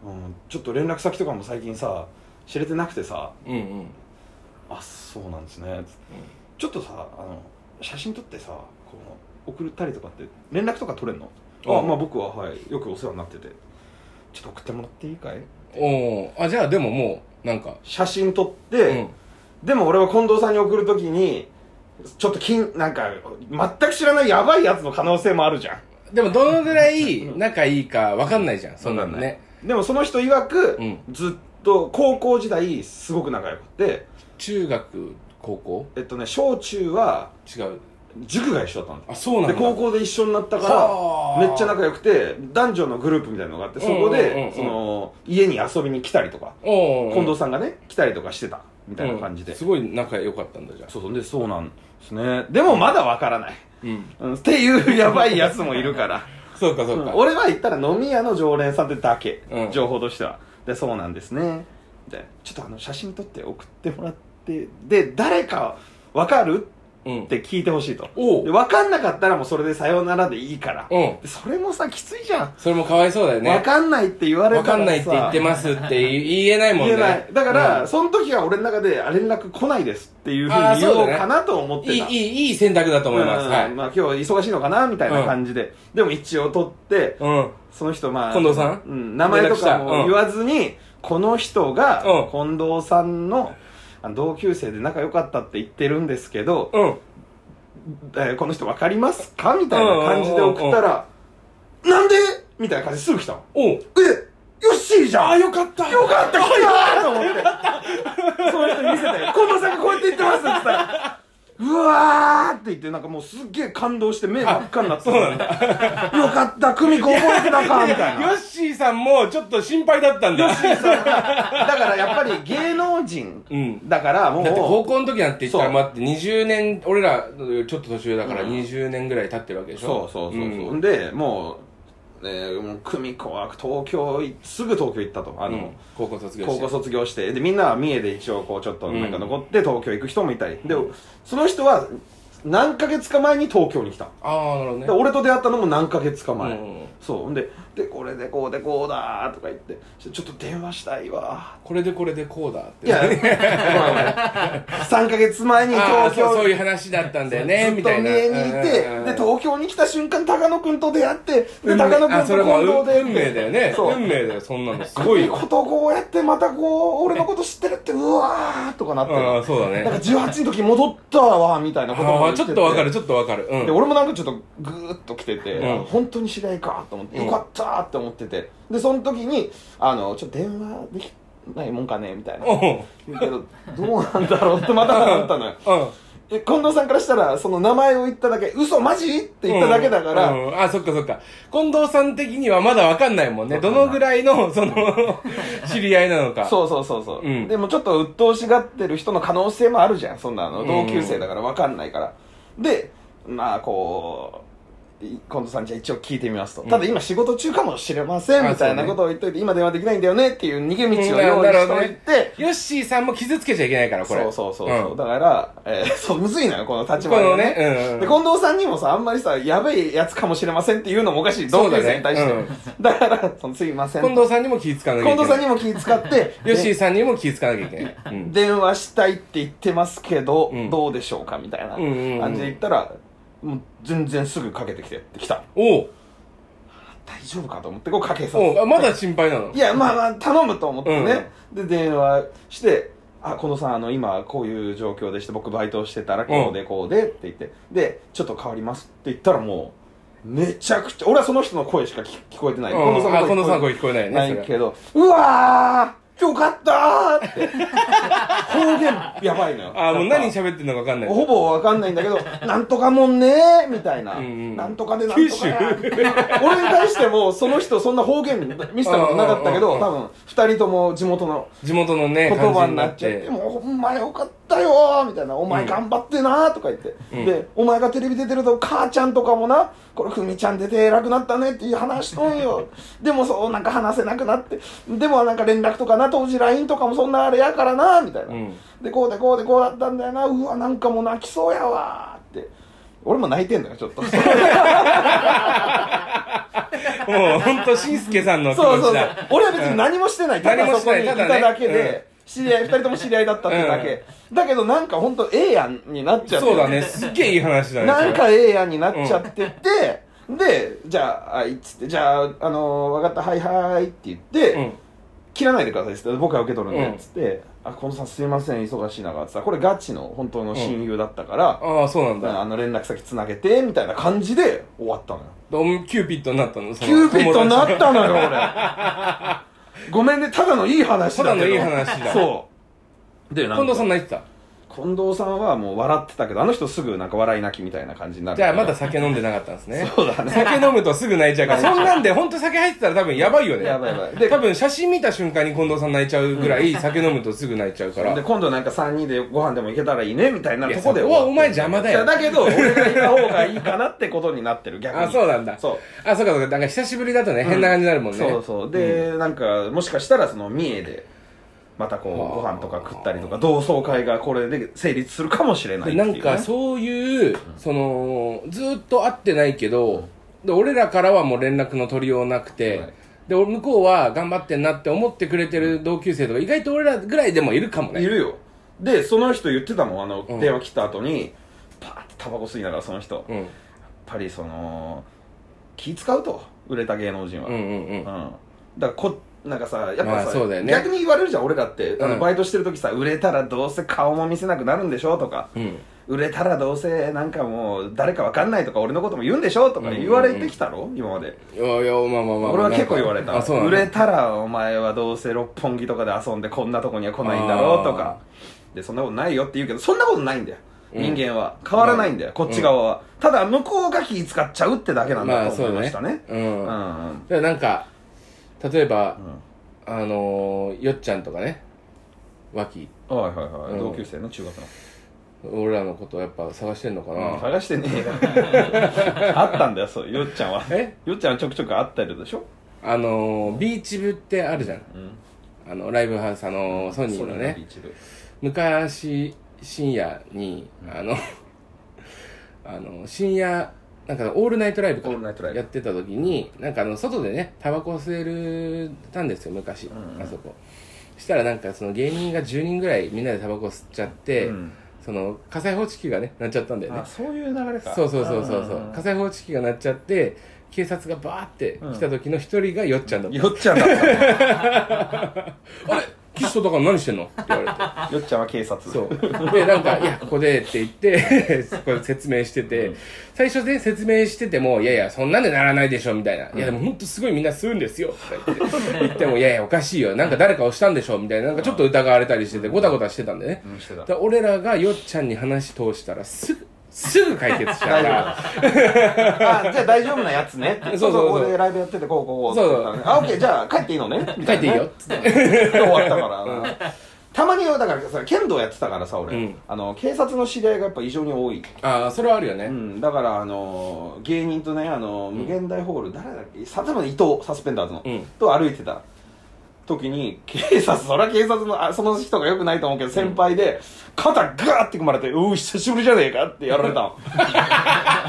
Speaker 3: うん、ちょっと連絡先とかも最近さ知れてなくてさ
Speaker 2: うんうん。
Speaker 3: あそうなんですねつってちょっとさあの写真撮ってさこの送ったりとかって連絡とか取れんの、あ
Speaker 2: うん
Speaker 3: まあ僕ははいよくお世話になっててちょっと送ってもらっていいかい
Speaker 2: おお。あ、じゃあでももう、なんか。
Speaker 3: 写真撮っ
Speaker 2: う
Speaker 3: て、
Speaker 2: ん。
Speaker 3: でも俺は近藤さんに送るときにちょっと金なんか全く知らないヤバいやつの可能性もあるじゃん
Speaker 2: でもどのぐらい仲いいかわかんないじゃん。そんなの
Speaker 3: わかんな
Speaker 2: ね。
Speaker 3: でもその人曰く、
Speaker 2: うん
Speaker 3: ずっと高校時代すごく仲良くて
Speaker 2: 中学、高校
Speaker 3: えっとね小中は
Speaker 2: 違う。
Speaker 3: 塾が一緒だったんだ
Speaker 2: あ、そうなん
Speaker 3: で
Speaker 2: だ。
Speaker 3: 高校で一緒になった
Speaker 2: は
Speaker 3: か
Speaker 2: あ
Speaker 3: らめっちゃ仲良くて男女のグループみたいなのがあってそこ
Speaker 2: うんうんうんう
Speaker 3: で
Speaker 2: ん
Speaker 3: その家に遊びに来たりとか
Speaker 2: おーおー。
Speaker 3: 近藤さんがね来たりとかしてたみたいな感じで、
Speaker 2: うんすごい仲良かったんだじゃあ
Speaker 3: そうそうでそうなんですねでもまだわからない、うん、っていうやばいやつもいるから
Speaker 2: そうかそう
Speaker 3: うん
Speaker 2: か、
Speaker 3: 俺は言ったら飲み屋の常連さんってだけ、
Speaker 2: うん
Speaker 3: 情報としてはでそうなんですねでちょっとあの写真撮って送ってもらってで誰か分かる
Speaker 2: うん
Speaker 3: って聞いてほしいと
Speaker 2: おう
Speaker 3: で分かんなかったらもうそれでさようならでいいから、
Speaker 2: うん
Speaker 3: でそれもさきついじゃん、
Speaker 2: それもかわいそうだよね
Speaker 3: 分かんないって言われ
Speaker 2: わ
Speaker 3: たら
Speaker 2: か
Speaker 3: さ
Speaker 2: んないって言ってますって言い言えないもん
Speaker 3: 言
Speaker 2: ね
Speaker 3: えないだから、
Speaker 2: うん
Speaker 3: その時は俺の中であ連絡来ないですっていうふう
Speaker 2: あー
Speaker 3: に言
Speaker 2: そ
Speaker 3: お
Speaker 2: う
Speaker 3: う
Speaker 2: だね
Speaker 3: かなと思ってた
Speaker 2: いいいいいい選択だと思います
Speaker 3: うん
Speaker 2: はい
Speaker 3: まあ、今日忙しいのかなみたいな感じで、でも一応取って、
Speaker 2: うん
Speaker 3: その人まあ
Speaker 2: 近藤さん
Speaker 3: うん、名前とかも言わずに、この人が
Speaker 2: う
Speaker 3: 近藤さんのあの同級生で仲良かったって言ってるんですけど、
Speaker 2: うん
Speaker 3: えーこの人分かりますかみたいな感じで送ったら「なんで?」みたいな感じですぐ来たの
Speaker 2: おう
Speaker 3: えよっしーじゃん
Speaker 2: あよかった
Speaker 3: よかった来たーと思ってその人に見せて「近藤さんがこうやって言ってます」って言ったら「うわー」って言ってなんかもうすっげえ感動して目真っ赤になってたよかった久美子覚えてたかみたいな
Speaker 2: ヨッシーさんもちょっと心配だったんだよ
Speaker 3: だからやっぱり芸能人
Speaker 2: うん
Speaker 3: だからもう
Speaker 2: だって高校の時なんて言ったら
Speaker 3: そう
Speaker 2: 待って20年俺らよりちょっと年上だから20年ぐらい経ってるわけでし
Speaker 3: そ
Speaker 2: ょ
Speaker 3: うそうそうそう、
Speaker 2: ん
Speaker 3: でもう,、えー、もう久美子は東京いすぐ東京行ったとあの、
Speaker 2: うん高校卒業して
Speaker 3: 高校卒業してでみんなは三重で一応こうちょっとなんか
Speaker 2: うん
Speaker 3: 残って東京行く人もいたり、でその人は何ヶ月か前に東京に来た、
Speaker 2: ああなるほどね
Speaker 3: で俺と出会ったのも何ヶ月か前、
Speaker 2: うん
Speaker 3: そうほんででこれでこうでこうだーとか言ってちょっと電話したいわ
Speaker 2: これでこれでこうだっ
Speaker 3: ー
Speaker 2: て
Speaker 3: いやごめんごめん3ヶ月前に
Speaker 2: あ
Speaker 3: 東
Speaker 2: ーそう
Speaker 3: 京
Speaker 2: そういう話だったんだよね
Speaker 3: ず
Speaker 2: み
Speaker 3: っと
Speaker 2: た
Speaker 3: 三重
Speaker 2: い
Speaker 3: にい
Speaker 2: な
Speaker 3: て、
Speaker 2: うん
Speaker 3: で東京に来た瞬間高野君と出会って
Speaker 2: 運
Speaker 3: で
Speaker 2: 命
Speaker 3: 高野
Speaker 2: あ
Speaker 3: 君
Speaker 2: それ
Speaker 3: と
Speaker 2: も
Speaker 3: 近藤で
Speaker 2: 運命だよね
Speaker 3: そう
Speaker 2: 運命だよそんなのすごい よ
Speaker 3: ことこうやってまたこう俺のこと知ってるってうわーとかなってる
Speaker 2: ああそうだ
Speaker 3: なんか
Speaker 2: ね
Speaker 3: 18の時戻ったわみたいなことも
Speaker 2: あ
Speaker 3: 言
Speaker 2: あ
Speaker 3: っ
Speaker 2: ち
Speaker 3: て
Speaker 2: ょ
Speaker 3: て
Speaker 2: っとわかるちょっとわかるうん
Speaker 3: で俺もなんかちょっとグーッと来てて、
Speaker 2: うん
Speaker 3: 本当に知り合いかと思って、
Speaker 2: うん
Speaker 3: よかったーって思っててでその時にあのちょっと電話できないもんかねみたいな
Speaker 2: おう
Speaker 3: 言うけどどうなんだろうってまたなったのよ
Speaker 2: うん
Speaker 3: え近藤さんからしたらその名前を言っただけ嘘マジって言っただけだから、
Speaker 2: うんうんあ、そっかそっか。近藤さん的にはまだわかんないもんね。どのぐらいの、 その、知り合いなのか。う。
Speaker 3: そうそうそうそう、
Speaker 2: うん
Speaker 3: でもちょっと鬱陶しがってる人の可能性もあるじゃんそんなの
Speaker 2: うん
Speaker 3: 同級生だから分かんないから、でまあこうい近藤さんじゃあ一応聞いてみますと、
Speaker 2: ん
Speaker 3: ただ今仕事中かもしれません
Speaker 2: あ
Speaker 3: みたい
Speaker 2: そう
Speaker 3: な
Speaker 2: ね
Speaker 3: ことを言っといて、今電話できないんだよねっていう逃げ道を用意し
Speaker 2: うんなるほ
Speaker 3: て
Speaker 2: ど
Speaker 3: おい
Speaker 2: ね
Speaker 3: て、
Speaker 2: ヨッシーさんも傷つけちゃいけないから、これ。
Speaker 3: そうそうそうそう、
Speaker 2: ん
Speaker 3: だから、えーそうむずいのよこの立
Speaker 2: こ
Speaker 3: 場
Speaker 2: の
Speaker 3: が
Speaker 2: ね
Speaker 3: ね、
Speaker 2: うんうん
Speaker 3: で近藤さんにもさあんまりさやべえやつかもしれませんっていうのもおかしい
Speaker 2: そ
Speaker 3: 同
Speaker 2: うだ
Speaker 3: 級
Speaker 2: ね
Speaker 3: 生に対してだ,、からそのすいません
Speaker 2: 近藤さんにも気ぃつかなきゃい
Speaker 3: 近
Speaker 2: け
Speaker 3: 藤さ
Speaker 2: ない。
Speaker 3: んにも気使って
Speaker 2: ヨッ シーさんにも気ぃつかなきゃいけない。うん
Speaker 3: 電話したいって言ってますけど、
Speaker 2: うん
Speaker 3: どうでしょうかみたいな
Speaker 2: うんうんうん
Speaker 3: 感じで言ったら、もう全然すぐかけてきてって来た
Speaker 2: おう
Speaker 3: 大丈夫かと思ってこうかけさ
Speaker 2: お
Speaker 3: せ
Speaker 2: うあまだ心配なの
Speaker 3: いやまあまあ頼むと思ってね、で電話して「あ近藤さんあの今こういう状況でして僕バイトしてたらこうでこうで」って言ってで「ちょっと変わります」って言ったらもうめちゃくちゃ俺はその人の声しか聞聞こえてない、
Speaker 2: うんあ、近
Speaker 3: 声
Speaker 2: 藤さんの声聞こえないよね。
Speaker 3: ない
Speaker 2: それは
Speaker 3: けど、うわーよかったー って。方言やばいのよ。
Speaker 2: あ、もう
Speaker 3: やっぱ
Speaker 2: 何喋ってんのかわかんない。
Speaker 3: ほぼわかんないんだ けど、なんとかもんねーみたいな。
Speaker 2: うんうん
Speaker 3: なんとかでなん
Speaker 2: 九
Speaker 3: と
Speaker 2: 州
Speaker 3: かや俺に対しても、その人そんな方言見せたことなかったけ
Speaker 2: う
Speaker 3: ど、
Speaker 2: んうん
Speaker 3: 多分、二人とも地元の
Speaker 2: 地元のね、
Speaker 3: 言葉になっちゃ
Speaker 2: 感
Speaker 3: っ
Speaker 2: じ
Speaker 3: て、
Speaker 2: になっ
Speaker 3: もうほんまよかったよーみたいな、お前頑張ってなーとか言って、
Speaker 2: うん
Speaker 3: で、お前がテレビ出てると、母ちゃんとかもな、これ、ふみちゃん出て偉くなったねっていう話しとんよ。 でもそう、なんか話せなくなって、でもなんか連絡とかな、当時 LINE とかもそんなあれやからな、みたいな。
Speaker 2: うん
Speaker 3: で、こうでこうでこうだったんだよな、うわ、なんかもう泣きそうやわーって。俺も泣いてんだよ、ちょ っと。
Speaker 2: て。もう、ほんと、しんすけさんの気
Speaker 3: そう
Speaker 2: 持
Speaker 3: そうそ
Speaker 2: ち
Speaker 3: う
Speaker 2: だ。
Speaker 3: 俺は別に何もしてない、ただ
Speaker 2: 何もし
Speaker 3: そこ
Speaker 2: てない
Speaker 3: にいた
Speaker 2: ただね
Speaker 3: だけで、知り合い2人とも知り合いだったってだけ、だけどなんか本当ええやんになっちゃって
Speaker 2: そうだね、すっげえいい話だね。それ
Speaker 3: なんかええやんになっちゃってて、でじゃああいっつってじゃあ、あのー、分かったはいはいって言って、
Speaker 2: うん。
Speaker 3: 切らないでくださいっつって僕は受け取るん
Speaker 2: うん
Speaker 3: でっつって「あ近藤さんすいません忙しい中」っつったらこれガチの本当の親友だったから、
Speaker 2: ああ、そうなんだ。
Speaker 3: あの連絡先つなげてみたいな感じで終わったのよ
Speaker 2: どうもキューピッドになったのそ
Speaker 3: キ
Speaker 2: の
Speaker 3: ューピッドにな
Speaker 2: 友達
Speaker 3: ったのよ、俺。 ごめんね、ただのいい話だけど。
Speaker 2: ただのいい話だ
Speaker 3: そう。で、
Speaker 2: 近藤さん
Speaker 3: なか
Speaker 2: 泣いてた
Speaker 3: 近藤さんはもう笑ってたけどあの人すぐなんか笑い泣きみたいな感じになる
Speaker 2: じゃあまだ酒飲んでなかったんですね
Speaker 3: そうだね
Speaker 2: 酒飲むとすぐ泣いちゃうからそんなんで本当酒入ってたら多分やばいよね
Speaker 5: やばいやばい
Speaker 2: 多分写真見た瞬間に近藤さん泣いちゃうぐらい酒飲むとすぐ泣いちゃうから
Speaker 3: で今度なんか3人でご飯でも行けたらいいねみたいない
Speaker 2: や
Speaker 3: と
Speaker 2: そ
Speaker 3: こで
Speaker 2: こはお前邪魔だ
Speaker 3: いや
Speaker 2: よ
Speaker 3: だけど俺がいた方がいいかなってことになってる逆に
Speaker 2: あそうなんだ
Speaker 3: そう
Speaker 2: あそうかそうかなんか久しぶりだとね変な感じになるもんね
Speaker 3: そうそうで、なんかもしかしたらその三重でまたこうご飯とか食ったりとか同窓会がこれで成立するかもしれないって
Speaker 2: で
Speaker 3: いう、
Speaker 2: な
Speaker 3: ね、
Speaker 2: んかそういう、そのずーっと会ってないけど、で俺らからはもう連絡の取りようなくて、
Speaker 3: はい
Speaker 2: で俺向こうは頑張ってんなって思ってくれてる同級生とか意外と俺らぐらいでもいるかもね
Speaker 3: いるよでその人言ってたもんあの、
Speaker 2: うん
Speaker 3: 電話切った後にパーってタバコ吸いながらその人、やっ
Speaker 2: うん、
Speaker 3: ぱりその気使うと売れた芸能人は、
Speaker 2: うんうんうん
Speaker 3: うんだからこなんかさやっぱ
Speaker 2: まあ
Speaker 3: さ、
Speaker 2: そうだよね
Speaker 3: 逆に言われるじゃん俺だって、あ
Speaker 2: うん
Speaker 3: のバイトしてる時さ売れたらどうせ顔も見せなくなるんでしょとか
Speaker 2: うん
Speaker 3: 売れたらどうせなんかもう誰かわかんないとか俺のことも言うんでしょとか言われてきたろ、今まで、
Speaker 2: いやいやまあまあまあ
Speaker 3: 俺は結構言われた
Speaker 2: あそうなん
Speaker 3: 売
Speaker 2: だ
Speaker 3: れたらお前はどうせ六本木とかで遊んでこんなとこには来ないんだろうとかでそんなことないよって言うけどそんなことないんだよ
Speaker 2: うん
Speaker 3: 人間は変わらないんだよ、こっち側は、ただ向こうが気使っちゃうってだけなん
Speaker 2: ま
Speaker 3: だ
Speaker 2: あ
Speaker 3: と
Speaker 2: そ
Speaker 3: 思いう
Speaker 2: だ
Speaker 3: ま
Speaker 2: ね
Speaker 3: したね,、
Speaker 2: うん、だか
Speaker 3: うんうん
Speaker 2: らなんか例えば、あのーよっちゃんとかね脇
Speaker 3: はいはいはい、
Speaker 2: うん
Speaker 3: 同級生の中学の、
Speaker 2: 俺らのことをやっぱ探してんのかな、
Speaker 3: 探してねえ よあったんだよそうよっちゃんは
Speaker 2: え
Speaker 3: よっちゃんはちょくちょく会ってるでしょ
Speaker 2: あのービーチ部ってあるじゃん、
Speaker 3: ん
Speaker 2: あのライブハウスあのーソニーの
Speaker 3: そういう
Speaker 2: ね
Speaker 3: ビーチ部
Speaker 2: 昔深夜に、あの あの深夜なんかオールナイトライブか
Speaker 3: オールナイトライブ
Speaker 2: やってた時になんかあの外でねタバコ吸えるたんですよ昔、あそこしたらなんかその芸人が10人ぐらいみんなでタバコ吸っちゃって、
Speaker 3: うん
Speaker 2: その火災報知器がねなっちゃったんだよね
Speaker 3: あそういう流れか
Speaker 2: そうそうそうそうそう火災報知器が鳴っちゃって警察がバーって来た時の一人がよっちゃんだった、
Speaker 3: よっちゃんだった ね
Speaker 2: あれ岸とだから何してんの?」って言わ れて
Speaker 3: よっちゃんは警察
Speaker 2: そうでなんか「いやここで」って言って そこで説明してて、最初で説明してても「いやいやそんなんでならないでしょ」みたいな「いやでもほんとすごいみんな吸うんですよ」とか 言って言っても「いやいやおかしいよなんか誰か押したんでしょ」みたいななんかちょっと疑われたりしててごたごたしてたんでね、
Speaker 3: してた
Speaker 2: だから俺らがよっちゃんに話通したらすぐすぐ解決したから
Speaker 3: あじゃあ大丈夫なやつね
Speaker 2: そうそうそう
Speaker 3: ここでライブやっててこうこうこう
Speaker 2: そうそう
Speaker 3: って言ったらねあオッケーじゃあ帰っていいの ねみた
Speaker 2: 書
Speaker 3: な
Speaker 2: いていいよっつって
Speaker 3: で終わったか ら、たまにだからさ剣道やってたからさ俺、
Speaker 2: うん
Speaker 3: あの警察の知り合いがやっぱ異常に多い、
Speaker 2: ああそれはあるよね、
Speaker 3: うん、だからあの芸人とねあの無限大ホール、誰だっけさ例えば伊藤サスペンダーズの、
Speaker 2: うん
Speaker 3: と歩いてた時に警察そりゃ警察のあその人がよくないと思うけど先輩で肩ガーって組まれて「うう久しぶりじゃねえか」ってやられた の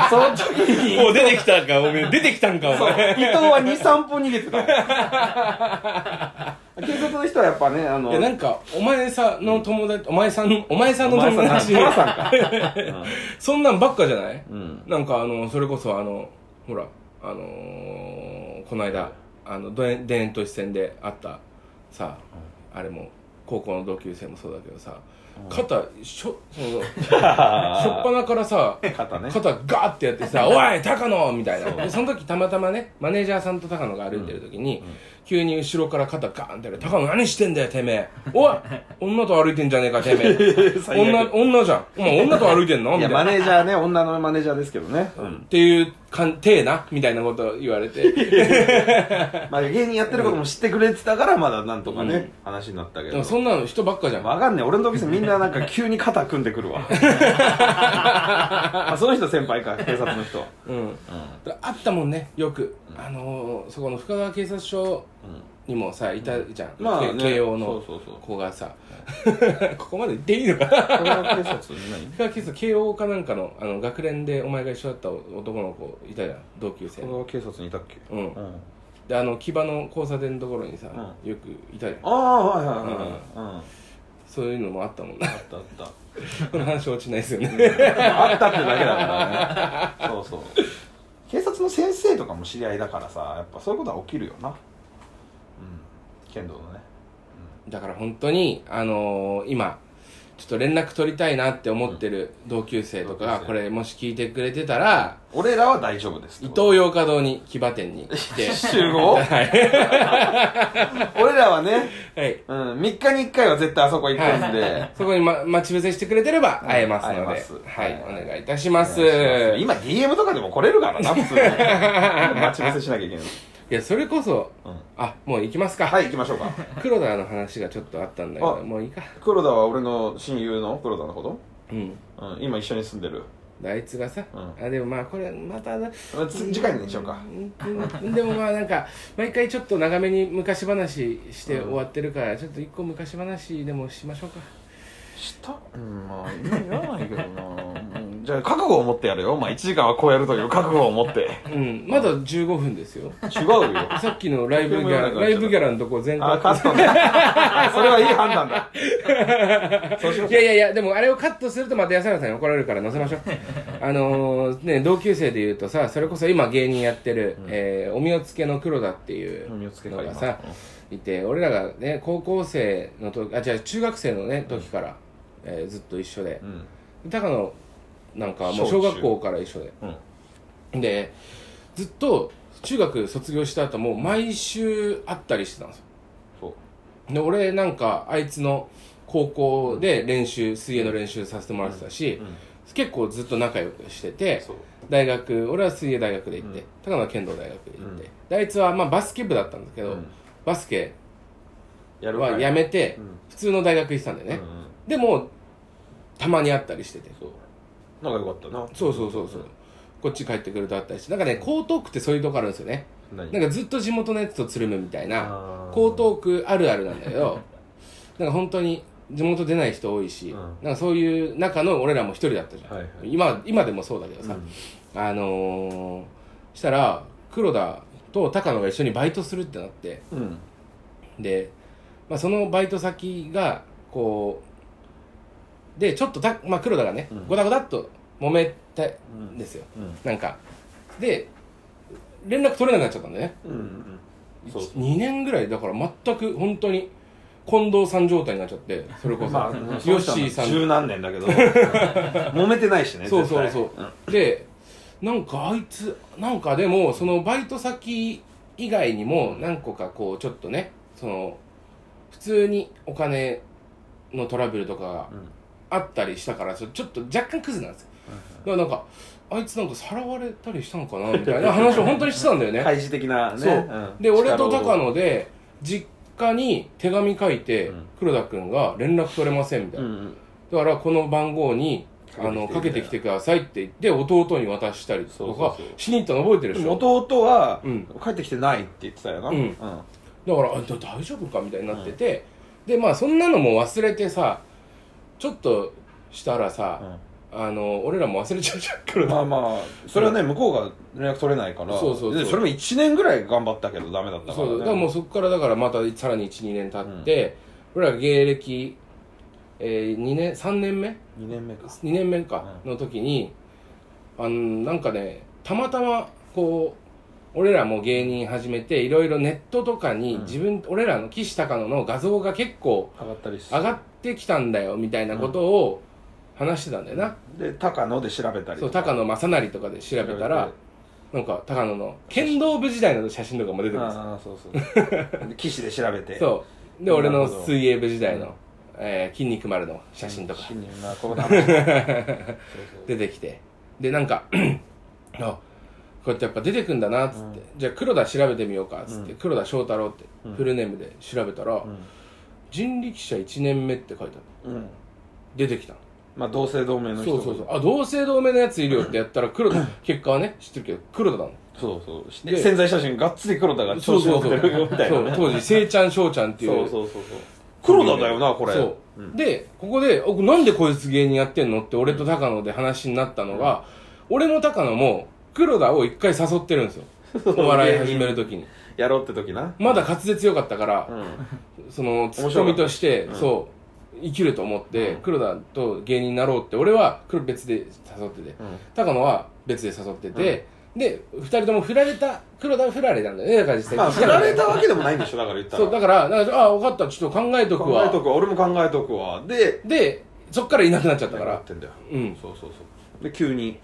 Speaker 3: その時に
Speaker 2: もう出てきたんか、おめえ出てき たんか、お
Speaker 3: そう伊
Speaker 2: 前。
Speaker 3: 藤は23歩逃げてたもん警察の人はやっぱねあの
Speaker 2: いや、なんか、お前さ、の友達、お前さんの、お前さんの
Speaker 3: お前
Speaker 2: 友
Speaker 3: さん
Speaker 2: 達、
Speaker 3: 寅さんか、
Speaker 2: そんなんばっかじゃない
Speaker 3: うん、
Speaker 2: なんか、あの、それこそ、あの、ほら、あのー、この間、あの、どえ田園都市線で会った、さ、あれも、高校の同級生もそうだけどさ、肩、しょ、その、しょっぱなからさ、
Speaker 3: 肩ね
Speaker 2: 肩ガーってやって さ「おい高野!」みたいなでその時たまたまねマネージャーさんと高野が歩いてる時に、急に後ろから肩ガーンってやる高野何してんだよてめえおい女と歩いてんじゃねえかてめえ
Speaker 3: 最悪
Speaker 2: 女女じゃんお前女と歩いてんの?」
Speaker 3: い
Speaker 2: み
Speaker 3: や
Speaker 2: たい
Speaker 3: マ。
Speaker 2: な
Speaker 3: ネージャーね女のマネージャーですけどね、
Speaker 2: っていうかんてえなみたいなこと言わ れて
Speaker 3: まあ、芸人やってることも知ってくれてたからまだなんとかね、話になったけ
Speaker 2: で
Speaker 3: ど
Speaker 2: もそんなの人ばっかじゃん
Speaker 3: わかんねえ俺の同級生みんななんか急に肩組んでく るわあその人先輩か警察の人
Speaker 2: うん、あったもんねよく、あのーそこの深川警察署にもさいたじゃん、
Speaker 3: まあね
Speaker 2: け慶応の
Speaker 3: そう そうそう
Speaker 2: 子がさここまで言っていいのかな
Speaker 3: これは警察にない
Speaker 2: 深川警察慶応かなんかのあの学連でお前が一緒だった男の子いたじゃん同級生
Speaker 3: これは警察にいたっけ、
Speaker 2: うん
Speaker 3: うん、あ
Speaker 2: であの木場の交差点のところにさ、
Speaker 3: う
Speaker 2: よくいたじゃん
Speaker 3: あはいはいはい、うん
Speaker 2: そういうのもあったもんな
Speaker 3: あったあった
Speaker 2: この 話落ちないですよね
Speaker 3: あったってだけだからねそうそう警察の先生とかも知り合いだからさやっぱそういうことは起きるよなうん剣道のね
Speaker 2: だから本当にあのー今ちょっと連絡取りたいなって思ってる同級生とかが
Speaker 3: 同級生
Speaker 2: これもし聞いてくれてたら
Speaker 3: 俺らは大丈夫です
Speaker 2: 伊東洋華堂に騎馬店に来 て
Speaker 3: 集合
Speaker 2: はい
Speaker 3: 俺らはね、
Speaker 2: はい
Speaker 3: うん、3日に1回は絶対あそこ行くんで、
Speaker 2: そこに、ま、待ち伏せしてくれてれば会えますので、
Speaker 3: 会えます
Speaker 2: はい、お願いいたします。
Speaker 3: 今 DM とかでも来れるからな普通に 待ち伏せしなきゃいけない
Speaker 2: いや、それこそ、
Speaker 3: うん
Speaker 2: あ、もう行きますか。
Speaker 3: はい行きましょうか
Speaker 2: 黒田の話がちょっとあったんだけど、
Speaker 3: あ
Speaker 2: もういいか。
Speaker 3: 黒田は俺の親友の黒田のこ
Speaker 2: うん。
Speaker 3: と、うん、今一緒に住んでる
Speaker 2: あいつがさ、
Speaker 3: う
Speaker 2: あでもまあこれまたな
Speaker 3: あつ次回にしようか
Speaker 2: んんでもまあなんか毎回ちょっと長めに昔話して終わってるから、ちょっと一個昔話でもしましょうか
Speaker 3: したうんまあ今言わないけどな、うんじゃあ覚悟を持ってやるよまあ1時間はこうやるという覚悟を持って
Speaker 2: うんまだ15分ですよ
Speaker 3: 違うよ
Speaker 2: さっきのライブ ギ
Speaker 3: でもな
Speaker 2: ャ
Speaker 3: ん
Speaker 2: ラ
Speaker 3: か
Speaker 2: ライブギャラのとこ全
Speaker 3: あ
Speaker 2: 回
Speaker 3: カットねあそれはいい判断だそうしま
Speaker 2: い
Speaker 3: しょ
Speaker 2: やいやいや、でもあれをカットするとまた安原さんに怒られるから載せまし ょう。あのーね、同級生で言うとさ、それこそ今芸人やってる、えーおみをつけの黒田っていう
Speaker 3: う身をつけ
Speaker 2: の
Speaker 3: た
Speaker 2: が
Speaker 3: 今
Speaker 2: さ、いて、俺らがね、高校生の時、あ、じゃあ中学生のね、時から、えーずっと一緒で
Speaker 3: う、ん
Speaker 2: 高野なんかはもう小学校から一緒で、で、ずっと中学卒業した後も毎週会ったりしてたんですよ。
Speaker 3: そう
Speaker 2: で俺なんかあいつの高校で練習水泳の練習させてもらってたし、
Speaker 3: うん
Speaker 2: 結構ずっと仲良くしてて
Speaker 3: そう
Speaker 2: 大学俺は水泳大学で行って、
Speaker 3: うん
Speaker 2: 高野は剣道大学で行って、
Speaker 3: うん
Speaker 2: であいつはまあバスケ部だったんですけど、
Speaker 3: うん
Speaker 2: バスケ
Speaker 3: やるわ
Speaker 2: はやめて、
Speaker 3: うん
Speaker 2: 普通の大学行ってたんだよ
Speaker 3: う
Speaker 2: ね、
Speaker 3: ん
Speaker 2: でもたまに会ったりしてて
Speaker 3: そう仲良かったな
Speaker 2: そうそうそうそうこっち帰ってくると会ったりしてなんかね江東区ってそういうとこあるんですよね
Speaker 3: 何
Speaker 2: なんかずっと地元のやつとつるむみたいな
Speaker 3: あー
Speaker 2: 江東区あるあるなんだ けどなんか本当に地元出ない人多いし、
Speaker 3: うん
Speaker 2: なんかそういう中の俺らも一人だったじゃん、
Speaker 3: はいはい
Speaker 2: 今今でもそうだけどさ、あのー、したら黒田と高野が一緒にバイトするってなって
Speaker 3: うん
Speaker 2: で、まあ、そのバイト先がこうでちょっとた、まあ、黒田がね
Speaker 3: うん
Speaker 2: ごだごだっと揉めたんですよ、なんかで連絡取れなくなっちゃったんだよね
Speaker 3: うんうんそうそう
Speaker 2: 2年ぐらいだから全く本当に近藤さん状態になっちゃってそれこそ、
Speaker 3: まあ、
Speaker 2: ヨッシーさん
Speaker 3: 十何年だけど揉めてないしね
Speaker 2: そうそうそう
Speaker 3: 絶対
Speaker 2: でなんかあいつなんかでもそのバイト先以外にも何個かこうちょっとねその普通にお金のトラブルとかが
Speaker 3: うん
Speaker 2: あったりしたからちょちょっと若干クズなんですよだからなんかあいつなんかさらわれたりしたのかなみたいな 話を本当にしてたんだよね
Speaker 3: 開示的なね
Speaker 2: そうんで俺と
Speaker 3: 力を
Speaker 2: 高野で実家に手紙書いて、
Speaker 3: うん
Speaker 2: 黒田君が連絡取れませんみたいうな、
Speaker 3: ん
Speaker 2: だからこの番号にあのか
Speaker 3: か
Speaker 2: け
Speaker 3: けて
Speaker 2: てき
Speaker 3: き
Speaker 2: て
Speaker 3: て
Speaker 2: くださいって言って弟に渡したり
Speaker 3: そ
Speaker 2: と
Speaker 3: うそう
Speaker 2: か
Speaker 3: そう
Speaker 2: しに行ったの覚えてるで
Speaker 3: で
Speaker 2: し
Speaker 3: も
Speaker 2: ょ
Speaker 3: 弟は
Speaker 2: うん
Speaker 3: 帰ってきてないって言ってたよな
Speaker 2: うん
Speaker 3: うん
Speaker 2: だからあだ大丈夫かみたいになってて、でまあそんなのも忘れてさちょっとしたらさ、あの俺らも忘れちゃうじゃん黒田
Speaker 3: まあまあそれはね向こうが連絡取れないから
Speaker 2: そうそうそう
Speaker 3: でそれも1年ぐらい頑張ったけどダメだったから
Speaker 2: そ
Speaker 3: ね
Speaker 2: うだからもう
Speaker 3: う
Speaker 2: そこからだからまたさらに12年経って、俺ら芸歴、え2年3年目
Speaker 3: 2年目か
Speaker 2: 2年目かの時に、あのなんかねたまたまこう俺らも芸人始めていろいろネットとかに
Speaker 3: うん
Speaker 2: 自分、俺らの岸高野の画像が結構
Speaker 3: 上がったりして
Speaker 2: 上がってきたんだよみたいなことを話してたんだよな、
Speaker 3: で高野で調べたり
Speaker 2: そう
Speaker 3: とか
Speaker 2: 高野正成とかで調べたらなんか高野の剣道部時代の写真とかも出てくるんですよ
Speaker 3: ああそうそう で騎士で調べて
Speaker 2: そうで
Speaker 3: なる
Speaker 2: 俺
Speaker 3: ほど
Speaker 2: の水泳部時代の、
Speaker 3: うん
Speaker 2: えー筋肉丸の写真とか
Speaker 3: 死にまあこう なそうそう
Speaker 2: 出てきてでなんか あこうやってやっぱ出てくんだなっつって、じゃあ黒田調べてみようかっつって、
Speaker 3: うん
Speaker 2: 黒田翔太郎ってフルネームで調べたら、
Speaker 3: うん
Speaker 2: 人力車1年目って書いてある
Speaker 3: うん
Speaker 2: 出てきたの
Speaker 3: まあ同姓同名の人
Speaker 2: そうそうそうあ同姓同名のやついるよってやったら黒田結果はね知ってるけど黒田だもん
Speaker 3: そうそうし
Speaker 2: で
Speaker 3: 潜在写真がっつり黒田が調子乗ってるよみたい
Speaker 2: そ
Speaker 3: な
Speaker 2: う
Speaker 3: ね
Speaker 2: 当時せいちゃん翔ちゃんっていう
Speaker 3: そうそうそうそう黒田だよなこれ
Speaker 2: そうう、
Speaker 3: ん
Speaker 2: でここでおなんでこいつ芸人やってんのって俺と高野で話になったのが、俺も高野も黒田を一回誘ってるん ですよお笑い始める時に
Speaker 3: やろうって時な
Speaker 2: まだ滑舌良かったから、
Speaker 3: うん
Speaker 2: そのツッコミとして、
Speaker 3: 面白かったうん
Speaker 2: そう生きると思って、
Speaker 3: うん
Speaker 2: 黒田と芸人になろうって俺は黒別で誘ってて高野は別で誘ってて、で2人とも振られた黒田は振られたんだよねだから実際
Speaker 3: まあ振られたわけでもないんでしょだから言ったら
Speaker 2: そうだからなんかあ分かったちょっと考えとく
Speaker 3: 考
Speaker 2: わ
Speaker 3: えとくわ俺も考えとくわで
Speaker 2: でそっからいなくなっちゃったか
Speaker 3: やっ
Speaker 2: ら
Speaker 3: てんだよ
Speaker 2: うん
Speaker 3: そうそうそうで急に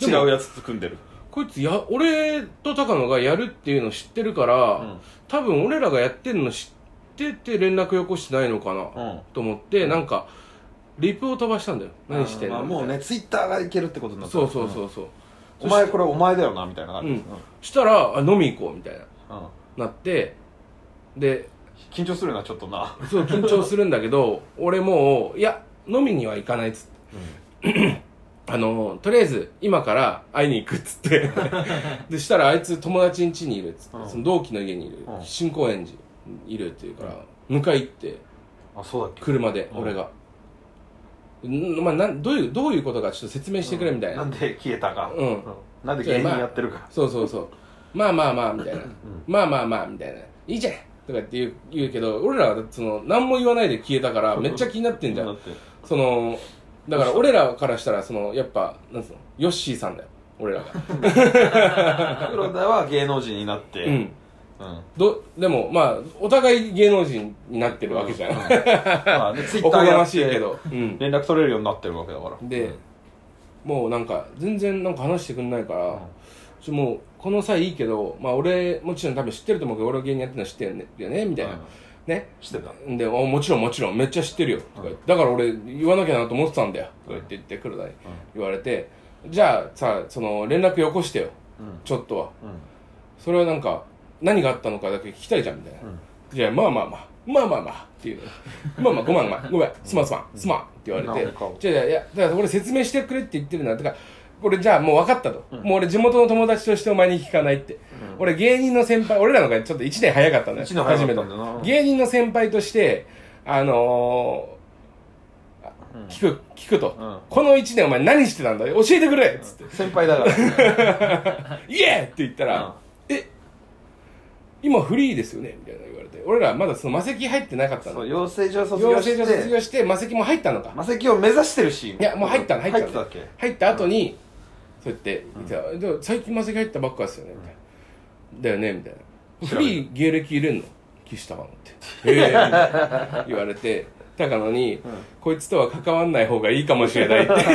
Speaker 2: で
Speaker 3: 違
Speaker 2: も
Speaker 3: うやつ組んでる
Speaker 2: こいつや俺と高野がやるっていうの知ってるから、
Speaker 3: ん
Speaker 2: 多分俺らがやってるの知ってて連絡よこしてないのかな、
Speaker 3: ん
Speaker 2: と思って、なんかリプを飛ばしたんだよ何してんの、
Speaker 3: あーまあもうねツイッターがいけるってことになった
Speaker 2: そうそうそうそう、
Speaker 3: お前これお前だよなみたいな感
Speaker 2: う
Speaker 3: じ
Speaker 2: ん
Speaker 3: です、
Speaker 2: したらあ飲み行こうみたいな
Speaker 3: うんうん
Speaker 2: なってで
Speaker 3: 緊張するなちょっとな
Speaker 2: そう緊張するんだけど 俺もういや飲みには行かないっつって、あのとりあえず今から会いに行くっつって でしたらあいつ友達ん家にいるっつって、
Speaker 3: うん
Speaker 2: その同期の家にいる、
Speaker 3: うん
Speaker 2: 新高円寺にいるっていうから、迎え行って
Speaker 3: あそうだっ
Speaker 2: 車で
Speaker 3: うん
Speaker 2: 俺が、んまあ、なんどういうどういうことかちょっと説明してくれみたいな、
Speaker 3: なんで消えたか、
Speaker 2: うん
Speaker 3: うんなんで芸人やってるか、
Speaker 2: そうそうそうまあまあまあみたいな、まあまあまあみたいないいじゃんとかって言う言うけど俺らはその何も言わないで消えたからめっちゃ気になってんじゃ
Speaker 3: だっ
Speaker 2: ん
Speaker 3: て
Speaker 2: そのだから俺らからしたらそのやっぱなんつうのヨッシーさんだよ俺らが
Speaker 3: 黒田は芸能人になって、
Speaker 2: うん
Speaker 3: うん
Speaker 2: どでもまあお互い芸能人になってるわけじゃん、
Speaker 3: まあ、でツイッ
Speaker 2: お
Speaker 3: タ
Speaker 2: こ
Speaker 3: ー
Speaker 2: が
Speaker 3: や
Speaker 2: ま
Speaker 3: っ
Speaker 2: しいけ
Speaker 3: て
Speaker 2: ど、うん、
Speaker 3: 連絡取れるようになってるわけだから
Speaker 2: で、もうなんか全然なんか話してくんないから、ちょもうこの際いいけど、まあ、俺もちろん多分知ってると思うけど俺が芸人やってるのは知ってるよねみたいな、
Speaker 3: うん
Speaker 2: ね
Speaker 3: してた
Speaker 2: んであもちろんもちろんめっちゃ知ってるよとか言ってだから俺言わなきゃなと思ってたんだよとか言って言って黒田に言われて、じゃあさその連絡よこしてよ、
Speaker 3: うん
Speaker 2: ちょっとは
Speaker 3: うん
Speaker 2: それはなんか何があったのかだけ聞きたいじゃんみたいな、
Speaker 3: ん
Speaker 2: じゃあまあまあまあまあまあまあっていうまあまあごめん ごめんごめんすまんすまんすまんって言われ
Speaker 3: な
Speaker 2: て
Speaker 3: んか
Speaker 2: じゃあいやいやだから俺説明してくれって言ってるなとか俺じゃあもう分かったと、もう俺地元の友達としてお前に聞かないって、俺芸人の先輩俺らの方がちょっと1年早かったんだよ
Speaker 3: 一年早かったんだよ
Speaker 2: 初
Speaker 3: な
Speaker 2: めて芸人の先輩としてあのーあ聞く聞くと、
Speaker 3: うん
Speaker 2: この1年お前何してたんだ教えてくれっつって
Speaker 3: 先輩だから、
Speaker 2: イエーって言ったら、え今フリーですよねみたいな言われて俺らまだその魔石入ってなかった
Speaker 3: そ
Speaker 2: の
Speaker 3: う養成所卒
Speaker 2: 養
Speaker 3: 業
Speaker 2: 成所
Speaker 3: し
Speaker 2: 卒
Speaker 3: て
Speaker 2: 業して魔石も入ったのか
Speaker 3: マセキを目指してるし
Speaker 2: いやもう入ったの入ったの
Speaker 3: 入ってたっけ
Speaker 2: 入った後にそうやって「じゃあでも最近魔石入ったばっかですよね」みたいな「だよね」みたいな「フリー芸歴入れんの岸高野って」 へえ」みたいな言われて高野に、こいつとは関わんない方がいいかもしれない」って
Speaker 3: フ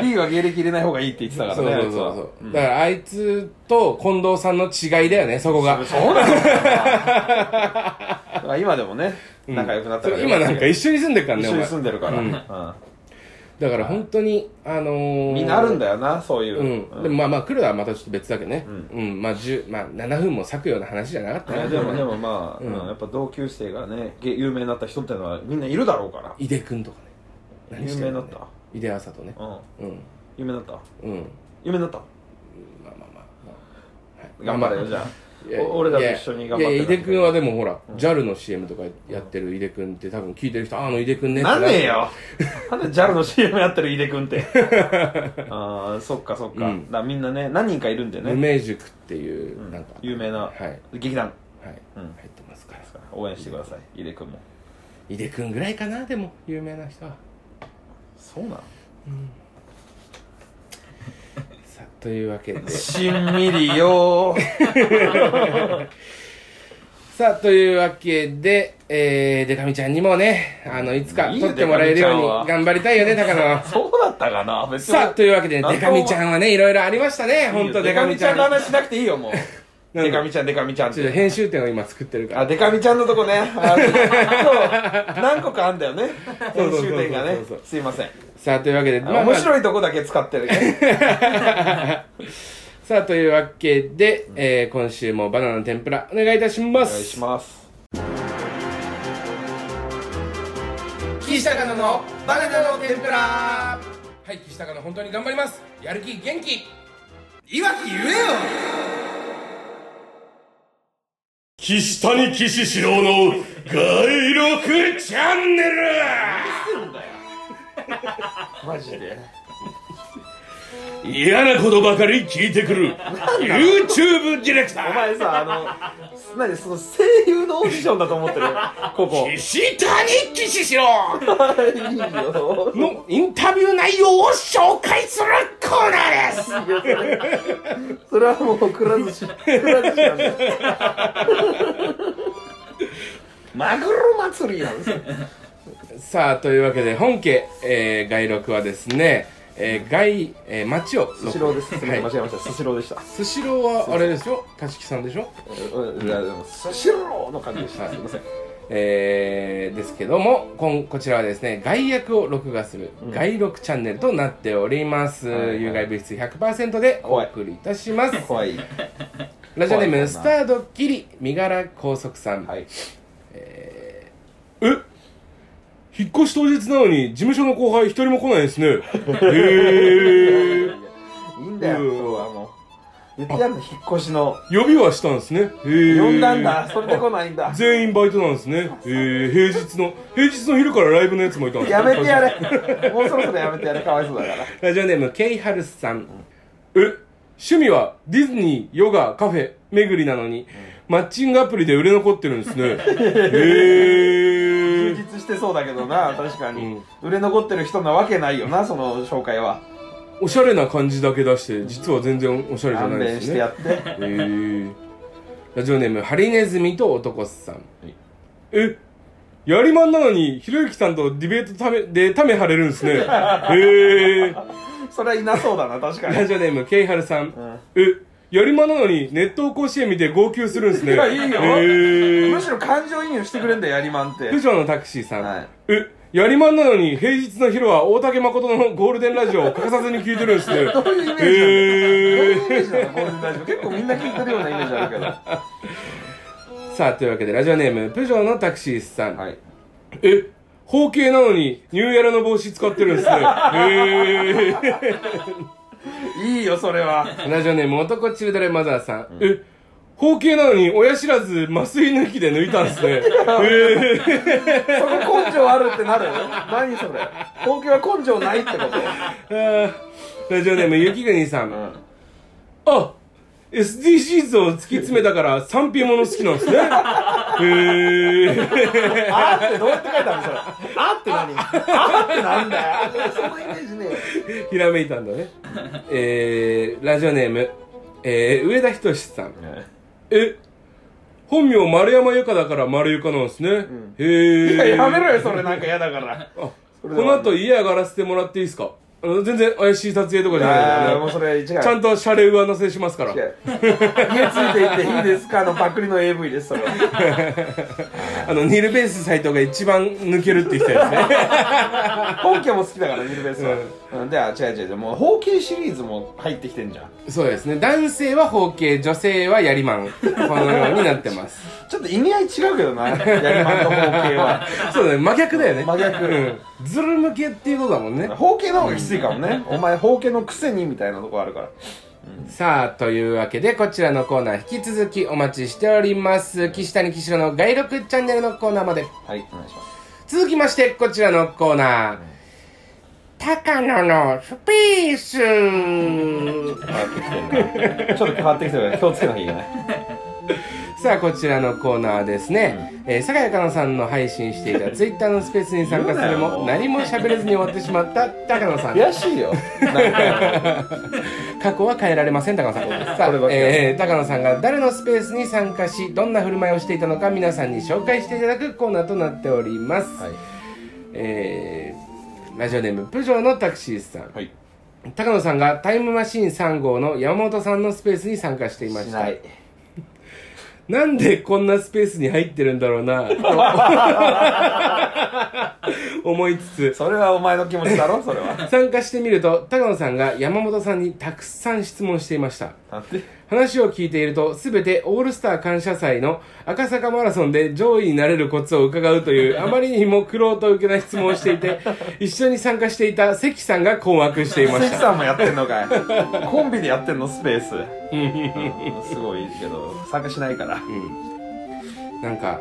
Speaker 3: リーは芸歴入れない方がいいって言ってたから
Speaker 2: そう
Speaker 3: ね
Speaker 2: そうそうそう、だからあいつと近藤さんの違いだよねそこが
Speaker 3: そうなのかな今でもね
Speaker 2: うん
Speaker 3: 仲良くなった
Speaker 2: そう今なんか一
Speaker 3: 一
Speaker 2: 緒に住んでるか
Speaker 3: 緒
Speaker 2: らねお
Speaker 3: に
Speaker 2: 前
Speaker 3: 住んでるから、
Speaker 2: う
Speaker 3: うんん
Speaker 2: だから本当にあのー、
Speaker 3: になるん
Speaker 2: だ
Speaker 3: だよなそういうう、
Speaker 2: ん、
Speaker 3: うん
Speaker 2: でもまあまあ来るのはまたちょっと別だけどね
Speaker 3: うん
Speaker 2: うん、まあ10まあ7分も割くような話じゃなかった
Speaker 3: い
Speaker 2: ね
Speaker 3: やでもでもまあ、
Speaker 2: うん
Speaker 3: うんやっぱ同級生がねげ有名になった人ってのはみんないるだろうから
Speaker 2: 井出君とかね何してんの
Speaker 3: 有名になっ
Speaker 2: 井出麻とね
Speaker 3: うん
Speaker 2: うん
Speaker 3: 有名になった
Speaker 2: うん
Speaker 3: 有名になった
Speaker 2: まあまあまあまあ
Speaker 3: 頑張れよじゃあ
Speaker 2: いや
Speaker 3: お俺らと一緒に頑張って
Speaker 2: いやいや井出君はでもほら JAL の CM とかやってる井出君って多分聞いてる人ああの井出君ねって
Speaker 3: なんねえよ なんで JAL の CM やってる井出君って ああそっかそっか,、
Speaker 2: うん
Speaker 3: だからみんなね何人かいるんで
Speaker 2: 無
Speaker 3: ね、
Speaker 2: 名塾っていううんなんか
Speaker 3: 有名な、
Speaker 2: はいはい
Speaker 3: 劇団うん
Speaker 2: 入ってますから
Speaker 3: 応援してください井出君も
Speaker 2: 井出君ぐらいかなでも有名な人は
Speaker 3: そうなの
Speaker 2: さというわけで
Speaker 3: しんみりよ
Speaker 2: さあというわけでえー、でかみちゃんにもねあのいつか
Speaker 3: いい
Speaker 2: 撮
Speaker 3: よ
Speaker 2: ってもらえるよ
Speaker 3: で
Speaker 2: う
Speaker 3: かみちゃんは
Speaker 2: に頑張りたいよね高野 は
Speaker 3: そうだったかな別に
Speaker 2: さあというわけでね
Speaker 3: なん
Speaker 2: で
Speaker 3: と
Speaker 2: か
Speaker 3: も
Speaker 2: みちゃんはねいろいろありましたね本当
Speaker 3: デ
Speaker 2: で
Speaker 3: カ
Speaker 2: か
Speaker 3: ミ
Speaker 2: み
Speaker 3: ち
Speaker 2: ちゃ
Speaker 3: ゃん
Speaker 2: ん
Speaker 3: の
Speaker 2: に
Speaker 3: 話しなくていいよもう
Speaker 2: なんで
Speaker 3: デカミちゃんデカミちゃんっ
Speaker 2: ちょっと
Speaker 3: て
Speaker 2: 編集点を今作ってるか
Speaker 3: あ
Speaker 2: ら
Speaker 3: デカミちゃんのとこね あそう何個かあんだよね
Speaker 2: そ
Speaker 3: 編
Speaker 2: うそうそうそう
Speaker 3: 集点がね
Speaker 2: そうそうそう
Speaker 3: すいません
Speaker 2: さあというわけで
Speaker 3: あの面白いとこだけ使ってるね
Speaker 2: さあというわけで、えー、今週もバナナの天ぷらお願いいたしま
Speaker 3: お願い
Speaker 2: す
Speaker 3: します
Speaker 2: 岸高野のバナナの天ぷらはい岸高野本当に頑張りますやる気元気いわき言えよ岸谷岸四郎の外録チャンネル
Speaker 3: マジで
Speaker 2: 嫌なことばかり聞いてくる YouTube ディレクタ
Speaker 3: お
Speaker 2: ー
Speaker 3: 前さあの何その声優のオーディションだと思ってるここ
Speaker 2: 岸谷岸四郎
Speaker 3: いいよ
Speaker 2: のインタビュー内容を紹介するコーナーです
Speaker 3: それはもうくら寿司くら寿司なんだよマグロ祭りなんですよ
Speaker 2: さあというわけで本家、えー、外録はですね、えー、外、えー、町を
Speaker 3: スシローです。すみません、
Speaker 2: は
Speaker 3: 間違えました。スシローでした。
Speaker 2: スシローはあれですよ立木さんでしょ
Speaker 3: うんいや、でも、スシローの感じでした。すみません。
Speaker 2: えーですけどもこんこちらはですね外役を録画する外録チャンネルとなっております、
Speaker 3: はいはい
Speaker 2: 有害物質100%でお送りいたします
Speaker 3: 怖い。
Speaker 2: ラジオ
Speaker 3: 怖
Speaker 2: ネー
Speaker 3: い
Speaker 2: ム
Speaker 3: な
Speaker 2: スタードッキリ身柄拘束さん、
Speaker 3: はい。
Speaker 2: え引っ越し当日なのに事務所の後輩一人も来ないですねへえ
Speaker 3: いいんだよ、
Speaker 2: うん
Speaker 3: 今日はもう。言ってやるの、引っ越しの。
Speaker 2: 呼びはしたんですねへえ
Speaker 3: 呼んだんだ。それで来ないんだ。
Speaker 2: 全員バイトなんですねえー、平日の平日の昼からライブのやつもいたんですね
Speaker 3: やめてやれ。もうそろそろやめてやれ。かわいそうだから。
Speaker 2: ラジオネームケイハルスさん、え趣味はディズニーヨガカフェ巡りなのに、マッチングアプリで売れ残ってるんで すねへ
Speaker 3: 充
Speaker 2: え
Speaker 3: 実してそうだけどな、確かに。
Speaker 2: うん
Speaker 3: 売れ残ってる人なわけないよな、その紹介は。
Speaker 2: おしゃれな感じだけ出して実は全然おしゃれじゃ
Speaker 3: 勘
Speaker 2: ないで
Speaker 3: 弁
Speaker 2: す
Speaker 3: し
Speaker 2: ね
Speaker 3: てやって。
Speaker 2: えーラジオネームハリネズミと男さん、えやりまんなのにひろゆきさんとディベートためでため張れるんですねへえ
Speaker 3: それはいなそうだな、確かに。
Speaker 2: ラジオネームケイハルさん、
Speaker 3: うん
Speaker 2: えやりまなのに熱湯甲子園見て号泣するんですね
Speaker 3: いやいいよ
Speaker 2: へ
Speaker 3: むしろ感情移入してくれんだよ、やりまんって
Speaker 2: プ。ジョーのタクシーさん、
Speaker 3: はい
Speaker 2: えやりまんなのに平日の昼は大竹誠のゴールデンラジオを欠かさずに聞いてるんですね
Speaker 3: どういうイメージなんだどう
Speaker 2: へ
Speaker 3: いうイメージなのゴールデンラジオ結構みんな聞いてるようなイメージあるけど
Speaker 2: さあというわけでラジオネームプジョーのタクシーさん、
Speaker 3: はい
Speaker 2: え包茎なのにニューエラの帽子使ってるんです ねへー
Speaker 3: いいよそれは
Speaker 2: ラジオネーム男チルドレマザーさん、え包茎なのに親知らず麻酔抜きで抜いたんですねへー
Speaker 3: そこ根性あるってなる何それ東京は根性ないってこと
Speaker 2: あーラジオネーム雪国さん、
Speaker 3: ん
Speaker 2: あ SDGs を突き詰めたから賛否もの好きなん ですねへ
Speaker 3: あーっ
Speaker 2: ー
Speaker 3: てどうやって書いたのそれあーって何あーってなんだよそのイメージね
Speaker 2: ひらめいたんだねえー、ラジオネーム、えー、上田仁志さんえ本名丸山由香だから丸由香なんですね、へえ
Speaker 3: いややめろよそれなんか嫌だから
Speaker 2: こ
Speaker 3: れでは
Speaker 2: の後家上がらせてもらっていいですかあの全然怪しい撮影とかじゃない
Speaker 3: あ
Speaker 2: で
Speaker 3: あ
Speaker 2: す
Speaker 3: もう
Speaker 2: か
Speaker 3: それ違う
Speaker 2: らねちゃんとシャレ上乗せしますから
Speaker 3: 違う家ついていっていいですか のパクリの AV ですそれは
Speaker 2: あのニルベース斎藤が一番抜けるって言ってたやつね
Speaker 3: 本家も好きだからニルベースは、うん、であ違う違う違うもう包茎シリーズも入ってきてんじゃん
Speaker 2: そうですね男性は包茎女性はやりまんこのようになってます
Speaker 3: ちょっと意味合い違うけどな、やりまんと包茎は。
Speaker 2: そうだね真逆だよね
Speaker 3: 真逆
Speaker 2: うん、ズル向けっていうことだもんね
Speaker 3: 包茎の方がきついかもね。お前包茎のくせにみたいなとこあるから。
Speaker 2: さあというわけでこちらのコーナー引き続きお待ちしております岸谷岸郎の外録チャンネルのコーナーまで
Speaker 3: はい、お願いします。
Speaker 2: 続きましてこちらのコーナー高野のスピース
Speaker 3: ちょっと変わってきてるから気をつけなきゃいけない。
Speaker 2: さあこちらのコーナーはですね、えー酒井香音さんの配信していたツイッターのスペースに参加するも何も喋れずに終わってしまった高野さん
Speaker 3: 悔しいよ。なんか
Speaker 2: 過去は変えられません高 野さんさあ
Speaker 3: こればっ、かり
Speaker 2: えー高野さんが誰のスペースに参加しどんな振る舞いをしていたのか皆さんに紹介していただくコーナーとなっております、
Speaker 3: はい
Speaker 2: えーラジオネームプジョーのタクシーさん、
Speaker 6: はい
Speaker 2: 高野さんがタイムマシーン3号の山本さんのスペースに参加していま
Speaker 3: し
Speaker 2: した
Speaker 3: ない。
Speaker 2: なんでこんなスペースに入ってるんだろう な、と思いつつ、
Speaker 3: それはお前の気持ちだろ、それは。
Speaker 2: 参加してみると、高野さんが山本さんにたくさん質問していました。
Speaker 3: なんて
Speaker 2: 話を聞いていると、すべてオールスター感謝祭の赤坂マラソンで上位になれるコツを伺うとい う、あまりにも苦労と受けな質問をしていて、一緒に参加していた関さんが困惑していまし
Speaker 3: 関
Speaker 2: た。
Speaker 3: さんもやってんの かい。コンビでやってんの、スペース。うんすごいけど、参加しないから。
Speaker 2: うん、なんか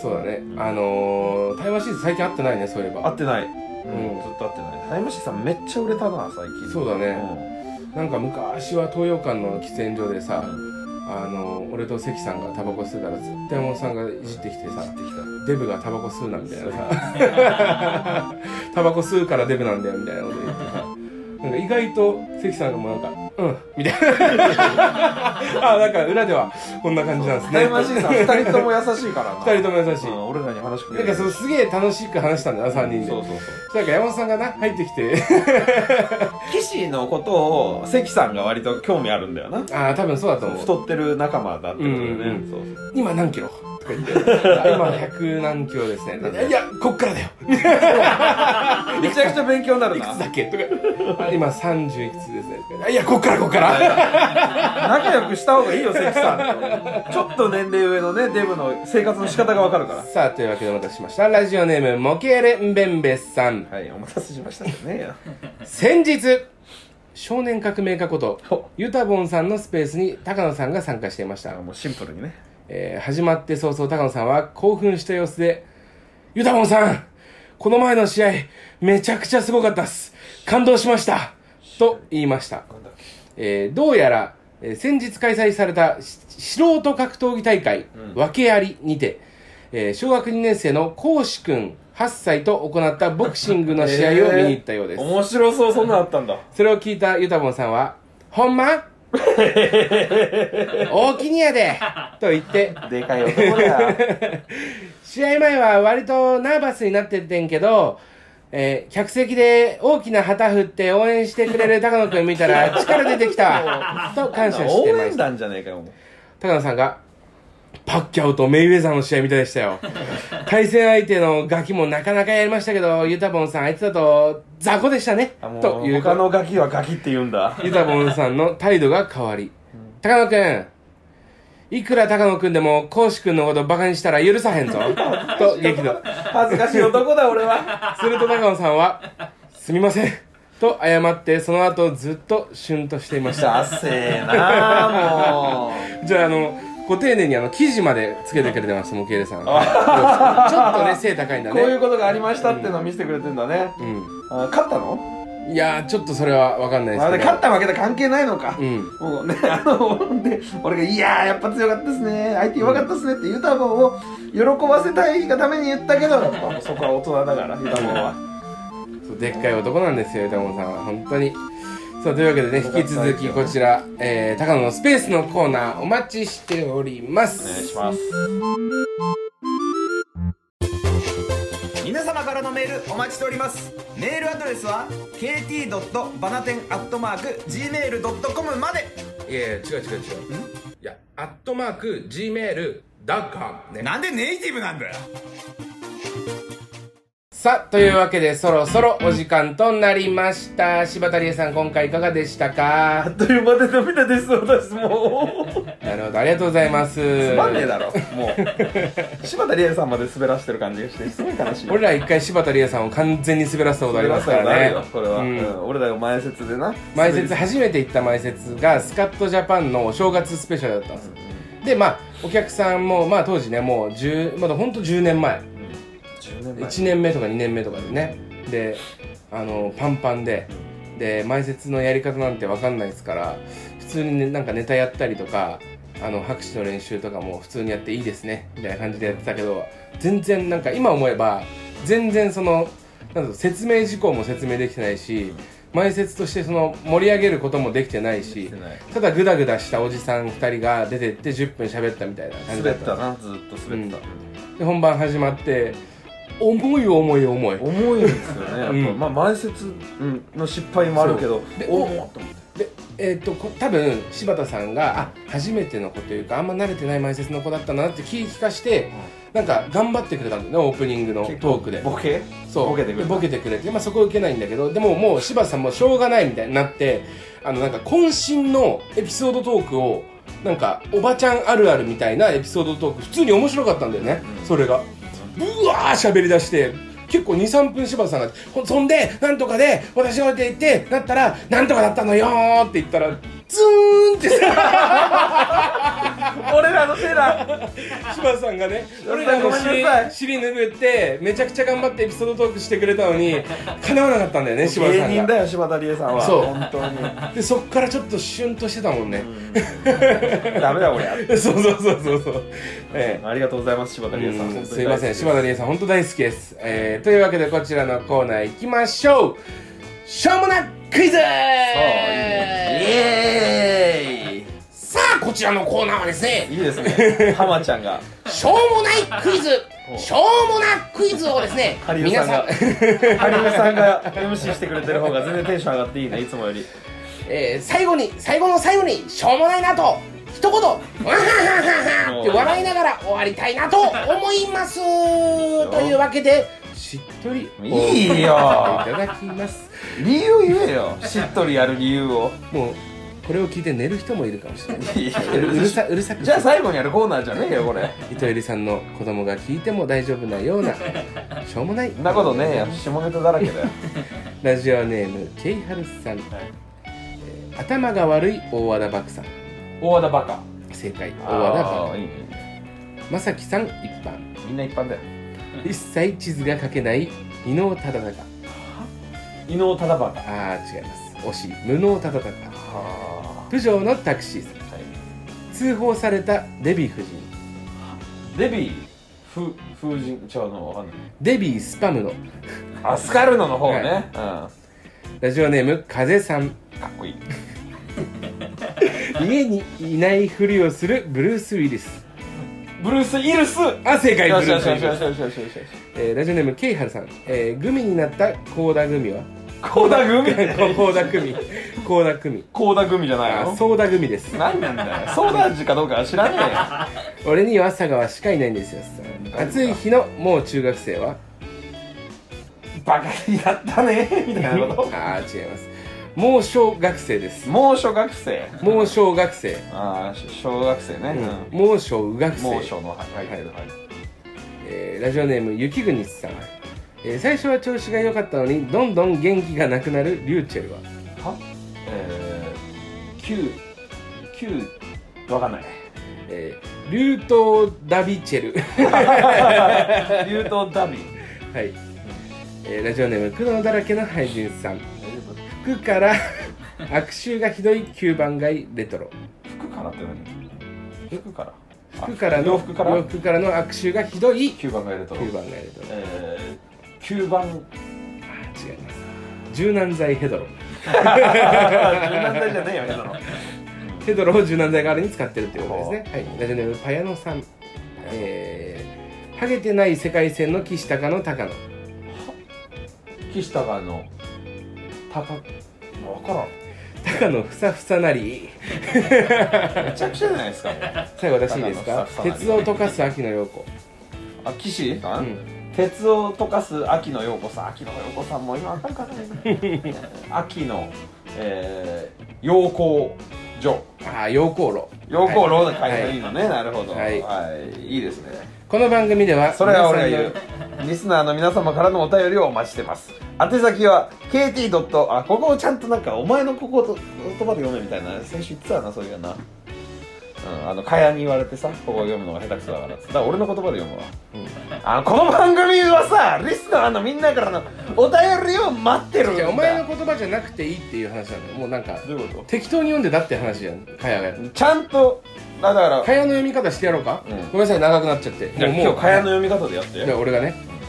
Speaker 2: そうだね、あのー、対話シリーズ最近会ってないねそういえ
Speaker 3: 合っ
Speaker 2: ば
Speaker 3: てない。うんん、ずっと合ってない。タイムシーさんめっちゃ売れたな、最近。
Speaker 2: そうだね
Speaker 3: ん
Speaker 2: なんか昔は東洋館の喫煙所でさ、あのー、俺と関さんがタバコ吸ってたら絶対山本さんがいじってきてさ、デブがタバコ吸うなみたいなさタバコ吸うからデブなんだよみたいなこと言ってさなんか意外と関さんもなんか「うんみたいなあなんか裏ではこんな感じなんです
Speaker 5: タイ
Speaker 2: ね
Speaker 5: マシーンさん2人とも優しいからな
Speaker 2: 二人とも優し
Speaker 5: うん
Speaker 2: い
Speaker 5: 俺らに話しか
Speaker 2: な
Speaker 5: け
Speaker 2: ん
Speaker 5: て
Speaker 2: かそのすげえ楽しく話したんだな3人で
Speaker 3: そうそうそう
Speaker 2: なんか山本さんがな入ってきて
Speaker 5: 岸のこと
Speaker 3: を関さんが割と興味あるんだよな
Speaker 2: ああ多分そうだと思う
Speaker 3: 太ってる仲間だってことだよね、
Speaker 2: うんうん
Speaker 3: そうそう
Speaker 2: 今何キロとか言 ってあ今100何キロですねいやこっからだよ
Speaker 5: めちゃくちゃ勉強になる
Speaker 2: いくつ
Speaker 5: な
Speaker 2: だっけとかあ今30いくつですねいやこっからこっから
Speaker 5: 仲良くした方がいいよ関さんとちょっと年齢上のねデブの生活の仕方がわかるか ら
Speaker 2: さあというわけでお待たせしましたラジオネームモケレンベンベさん
Speaker 5: はいお待たせしましたね
Speaker 2: 先日少年革命家ことユタボンさんのスペースに高野さんが参加していました
Speaker 5: もうシンプルにね
Speaker 2: えー始まって早々高野さんは興奮した様子で、ユタモンさんこの前の試合、めちゃくちゃすごかったっす感動しましたと言いました。えーどうやら、えー先日開催されたし素人格闘技大会、訳ありにて、えー小学2年生の講師くん8歳と行ったボクシングの試合を見に行ったようです。
Speaker 5: 面白そうそんなんあったんだ
Speaker 2: それを聞いたユタボンさんは、ほんま大きにやでと言って、
Speaker 5: でかい男 だ
Speaker 2: 試合前は割とナーバスになってってんけど、えー客席で大きな旗振って応援してくれる高野くん見たら 力出てきたと感謝し
Speaker 5: 応
Speaker 2: てま
Speaker 5: 援
Speaker 2: した
Speaker 5: 団じゃねえかよもう
Speaker 2: 高野さんがパッキャオとメイウェザーの試合みたいでしたよ対戦相手のガキもなかなかやりましたけどユタボンさん相手だと雑魚でしたね
Speaker 5: あもう
Speaker 2: という
Speaker 5: 他のガキはガキって言うんだ
Speaker 2: ユタボンさんの態度が変わり、高野くん、いくら高野くんでも、講師くんのことバカにしたら許さへ んぞ、と激怒。
Speaker 5: 恥ずかしい男だ俺は
Speaker 2: すると高野さんは、すみません、と謝って、その後ずっとシュンとしていました。
Speaker 5: ダセえなも
Speaker 2: じゃあ、あの、ご丁寧にあの、記事までつけてくれてます、モケレさん。ちょっとね、背高いんだ
Speaker 5: うこういう
Speaker 2: ね。
Speaker 5: ことがありましたってのを見せてくれてんだね、
Speaker 2: うん。
Speaker 5: あ勝ったの
Speaker 2: いやー、ちょっとそれはわかんないで
Speaker 5: あ
Speaker 2: す
Speaker 5: れ
Speaker 2: けど。
Speaker 5: 勝った負けた関係ないのか、
Speaker 2: うん。
Speaker 5: もうね、 あの、で、俺が、いやー、やっぱ強かったですね、相手弱かったですねって、ユタボンを喜ばせたいがために言ったけど、やっぱもうそこは大人だから、ユタボンは。
Speaker 2: そうでっかい男なんですよ、歌本さんは。本当に。そう、というわけでね、引き続きこちら、えー、高野のスペースのコーナーお待ちしております。お願いします。
Speaker 7: 皆様からのメールお待ちしておりますメールアドレスは kt. バナテンアットマーク gmail.com まで
Speaker 2: いやいや、違う違う違う。いや、アットマーク、gmail、ダッカーね。
Speaker 7: なんでネイティブなんだよ
Speaker 2: さあ、というわけで、そろそろお時間となりました。柴田理恵さん、今回いかがでしたか
Speaker 5: というまで涙出そうだし、 もう。
Speaker 2: なるほど、ありがとうございます。
Speaker 5: つまんねえだろ、もう。柴田理恵さんまで滑らしてる感じがして、すごい悲しい。
Speaker 2: 俺ら一回柴田理恵さんを完全に滑らせたことありますから
Speaker 5: 滑
Speaker 2: ね。
Speaker 5: せよそれは、
Speaker 2: うん
Speaker 5: うん俺らが前説でな。
Speaker 2: 前説
Speaker 5: 滑り
Speaker 2: 初めて行った前説がスカットジャパンのお正月スペシャルだったんですよでまあお客さんもまあ当時ねもう10まだほんと10年前
Speaker 5: 10年前
Speaker 2: 1年目とか2年目とかでねであのパンパンでで前説のやり方なんて分かんないですから普通にねなんかネタやったりとかあの拍手の練習とかも普通にやっていいですねみたいな感じでやってたけど全然なんか今思えば全然そのなんだろう説明事項も説明できてないし前説としてその盛り上げることもできてないしただグダグダしたおじさん2人が出てって10分喋ったみたいな感じ
Speaker 5: 滑
Speaker 2: だっ
Speaker 5: ったたな、ずっと滑った。
Speaker 2: で本番始まって重い重い重い
Speaker 5: 重いんですよね、やっ
Speaker 2: う
Speaker 5: ぱ、
Speaker 2: ん
Speaker 5: まあ前説うんの失敗もあるけど
Speaker 2: で
Speaker 5: おおーっと思って
Speaker 2: でえー、とこ多分柴田さんがあ初めての子というかあんま慣れてない前説の子だったなって聞きかして、なんか頑張ってくれたんだよねオープニングのトークで
Speaker 5: ボケ
Speaker 2: そう
Speaker 5: ボケてくれた
Speaker 2: ボケてくれて、まあ、そこ受けないんだけどでももう柴田さんもしょうがないみたいになってあのなんか渾身のエピソードトークをなんかおばちゃんあるあるみたいなエピソードトーク普通に面白かったんだよね、それがうわー喋り出して結構23分柴田さんが「ほそんでなんとかで私が置いていってなったらなんとかだったのよ」って言ったらズーンって さ
Speaker 5: 俺らのせいだ
Speaker 2: 柴田さんがね俺
Speaker 5: 柴
Speaker 2: ら
Speaker 5: 田さん
Speaker 2: の
Speaker 5: ごめんなさい
Speaker 2: 尻尻拭ってめちゃくちゃ頑張ってエピソードトークしてくれたのにかなわなかったんだよね柴田さん
Speaker 5: 芸人
Speaker 2: が
Speaker 5: だよ柴田理恵さんは
Speaker 2: そう
Speaker 5: 本当に
Speaker 2: でそっからちょっとシュンとしてたもんね、
Speaker 5: ダメだ俺
Speaker 2: そうそうそうそうそうええ
Speaker 5: ありがとうございます柴田理恵さん
Speaker 2: うん
Speaker 5: 本当に大好きです
Speaker 2: すいません柴田理恵さん本当大好きです、ええというわけでこちらのコーナー行きましょうしょうもないクイズ
Speaker 5: エ
Speaker 2: さあこちらのコーナーはですね
Speaker 5: ーイいいですねハマちゃんが
Speaker 2: しょうもないクイズしょうもなクイズをですね
Speaker 5: ハリウ
Speaker 2: 皆
Speaker 5: さん
Speaker 2: さん、
Speaker 5: がハリウさんが MC してくれてる方が全然テンション上がっていいね、いつもより。
Speaker 2: えー最後に最後の最後にしょうもないなと一 言「わははははって笑いながら終わりたいなと思いますというわけでしっとりお送りい
Speaker 5: いいよ
Speaker 2: ただきます
Speaker 5: 理由言えよ、しっとりやる理由を。
Speaker 2: もうこれを聞いて寝る人もいるかもしれないう
Speaker 5: いや
Speaker 2: るうるさうるさく
Speaker 5: じゃあ最後にやるコーナーじゃねえよ、これ。
Speaker 2: 糸よりさんの子供が聞いても大丈夫なようなしょうもない
Speaker 5: そんなことねえよ、下ネタだらけだよ。
Speaker 2: ラジオネームケイハルスさん、えー頭が悪い大和田漠さん
Speaker 5: 大和田バカ。
Speaker 2: 正解大和田
Speaker 5: あ
Speaker 2: 漠
Speaker 5: あ、いいね。
Speaker 2: まさきさん一般
Speaker 5: みんな一般だよ。
Speaker 2: 一切地図が描けない伊能忠敬
Speaker 5: 伊能忠バカ。
Speaker 2: ああ違います惜しい無能忠敬
Speaker 5: あ
Speaker 2: プジョーのタクシーさん
Speaker 5: あ。はい
Speaker 2: 通報されたデビー夫人
Speaker 5: デビー、ふ、風神、ちゃうのわかんない。
Speaker 2: デビースパムの
Speaker 5: アスカルノの方ね。うん。か
Speaker 2: ラジオネーム風さん
Speaker 5: っこいい。
Speaker 2: 家にいないふりをするブルース・ウィリス
Speaker 5: ブルース・イルス
Speaker 2: あ正解
Speaker 5: よ
Speaker 2: ブ
Speaker 5: し
Speaker 2: ル
Speaker 5: よ
Speaker 2: ー
Speaker 5: し
Speaker 2: ス・ウィ
Speaker 5: よし
Speaker 2: リ
Speaker 5: よ
Speaker 2: ス
Speaker 5: しよしよしよしよし。
Speaker 2: えーラジオネームケイハルさん、えーグミになった高田グミは
Speaker 5: コーダグミ
Speaker 2: 高田グミ高田グミ
Speaker 5: コーダグミじゃない
Speaker 2: あ
Speaker 5: の
Speaker 2: ソーダグミです
Speaker 5: 何なんだよソーダ味かどうかは知らね
Speaker 2: 俺には朝川しかいないんですよ暑い日のもう中学生は
Speaker 5: えよバカやったねみたいな こ
Speaker 2: ああ違いますもう小学生です
Speaker 5: ともう小学生
Speaker 2: もう小学生、
Speaker 5: ああ小学生ね、
Speaker 2: うん、もう小学
Speaker 5: うん
Speaker 2: 生
Speaker 5: もう小のはいはいはい
Speaker 2: えーラジオネーム雪国さん、えー最初は調子が良かったのにどんどん元気がなくなるリューチェルは
Speaker 5: はえー、9わかんない
Speaker 2: えーリュート・ダビチェル
Speaker 5: リュウトダビ
Speaker 2: はい、えーラジオネーム苦悩だらけの俳人さん服から悪臭がひどい吸盤街レトロ
Speaker 5: 服からって何服からあ
Speaker 2: 服からの
Speaker 5: 洋服から
Speaker 2: 洋服からの悪臭がひどい
Speaker 5: 9番がいると
Speaker 2: 吸盤街レトロ
Speaker 5: えー、9番
Speaker 2: あー違います柔軟剤ヘドロ
Speaker 5: 17歳じゃねえよヘドロ
Speaker 2: ヘドロを柔軟剤代わりに使ってるということですね、はい、ラジオネームパヤノさんえー、ハゲてない世界線の岸高の高野
Speaker 5: 岸田があの高分からん
Speaker 2: 高野ふさふさなり
Speaker 5: めちゃくちゃじゃな いですか。
Speaker 2: 最後私いいですか
Speaker 5: 高野ふさふさ
Speaker 2: 鉄を溶かす秋の
Speaker 5: なり
Speaker 2: 陽子
Speaker 5: あ、岸さ。
Speaker 2: うんん
Speaker 5: 鉄を溶かす秋野陽子さん。秋野陽子さんも今わかるかな。秋野、えー、陽光所。
Speaker 2: ああ陽光炉
Speaker 5: 陽光
Speaker 2: はい
Speaker 5: 炉で書いていいのね。なるほど。
Speaker 2: は
Speaker 5: はいい。いいですね。
Speaker 2: この番組では
Speaker 5: それは俺が
Speaker 2: 皆
Speaker 5: 言う
Speaker 2: さんの。
Speaker 5: リスナーの皆様からのお便りをお待ちしてます。宛先は KT. ドットあここをちゃんとなんかお前のここと言葉で読めみたいな先週言ってたなそういうな。うん、あのかやに言われてさここを読むのが下手くそだからっつってだから俺の言葉で読むわ、あのこの番組はさリスナーのみんなからのお便りを待ってるん
Speaker 2: いや
Speaker 5: だ
Speaker 2: お前の言葉じゃなくていいっていう話なのよもうなんか
Speaker 5: どういうこ
Speaker 2: 適当に読んでだって話じゃんかやが
Speaker 5: とちゃんとあだから
Speaker 2: かやの読み方してやろうか、
Speaker 5: うん
Speaker 2: ごめんなさい長くなっちゃって
Speaker 5: じゃあ今日かやの読み方でやって
Speaker 2: じゃあ俺がね、えー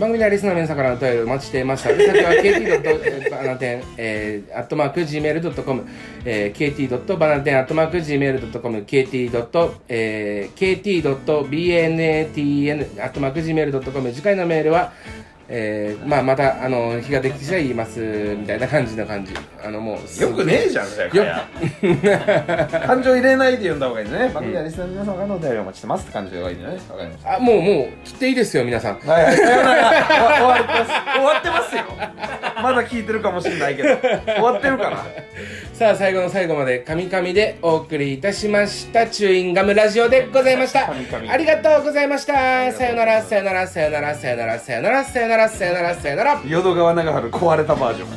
Speaker 2: 番組ではリスナーの皆さんからのお便りをお待ちしてい ます。宛先は kt. バナテン、えー、アットマーク gmail.com、えー、kt. バナテン、アットマーク gmail.com、kt. えー、kt.banatn、アットマーク gmail.com、次回のメールは、えー、まあまた、あの、日ができ次第言います、みたいな感じの感じ。あの、もう、
Speaker 5: よくねえじゃんじゃあかや感情入れないで読んだ方がいいですね番組ではリスナーの皆様からのお便りをお待ちしてますって感じがいいんじゃないわかりました
Speaker 2: あ、もう、もう、切っていいですよ、皆さん。
Speaker 5: はい、さよなら。終わってます。終わってますよ。まだ聞いてるかもしれないけど、終わってるから。
Speaker 2: さあ、最後の最後まで、カミカミでお送りいたしました。チューインガムラジオでございました。
Speaker 5: 神々
Speaker 2: ありがとうございました。さよなら、さよなら、さよなら、さよなら、さよなら、さよなら、さよなら、さよなら。
Speaker 5: 淀川長春壊れたバージョン。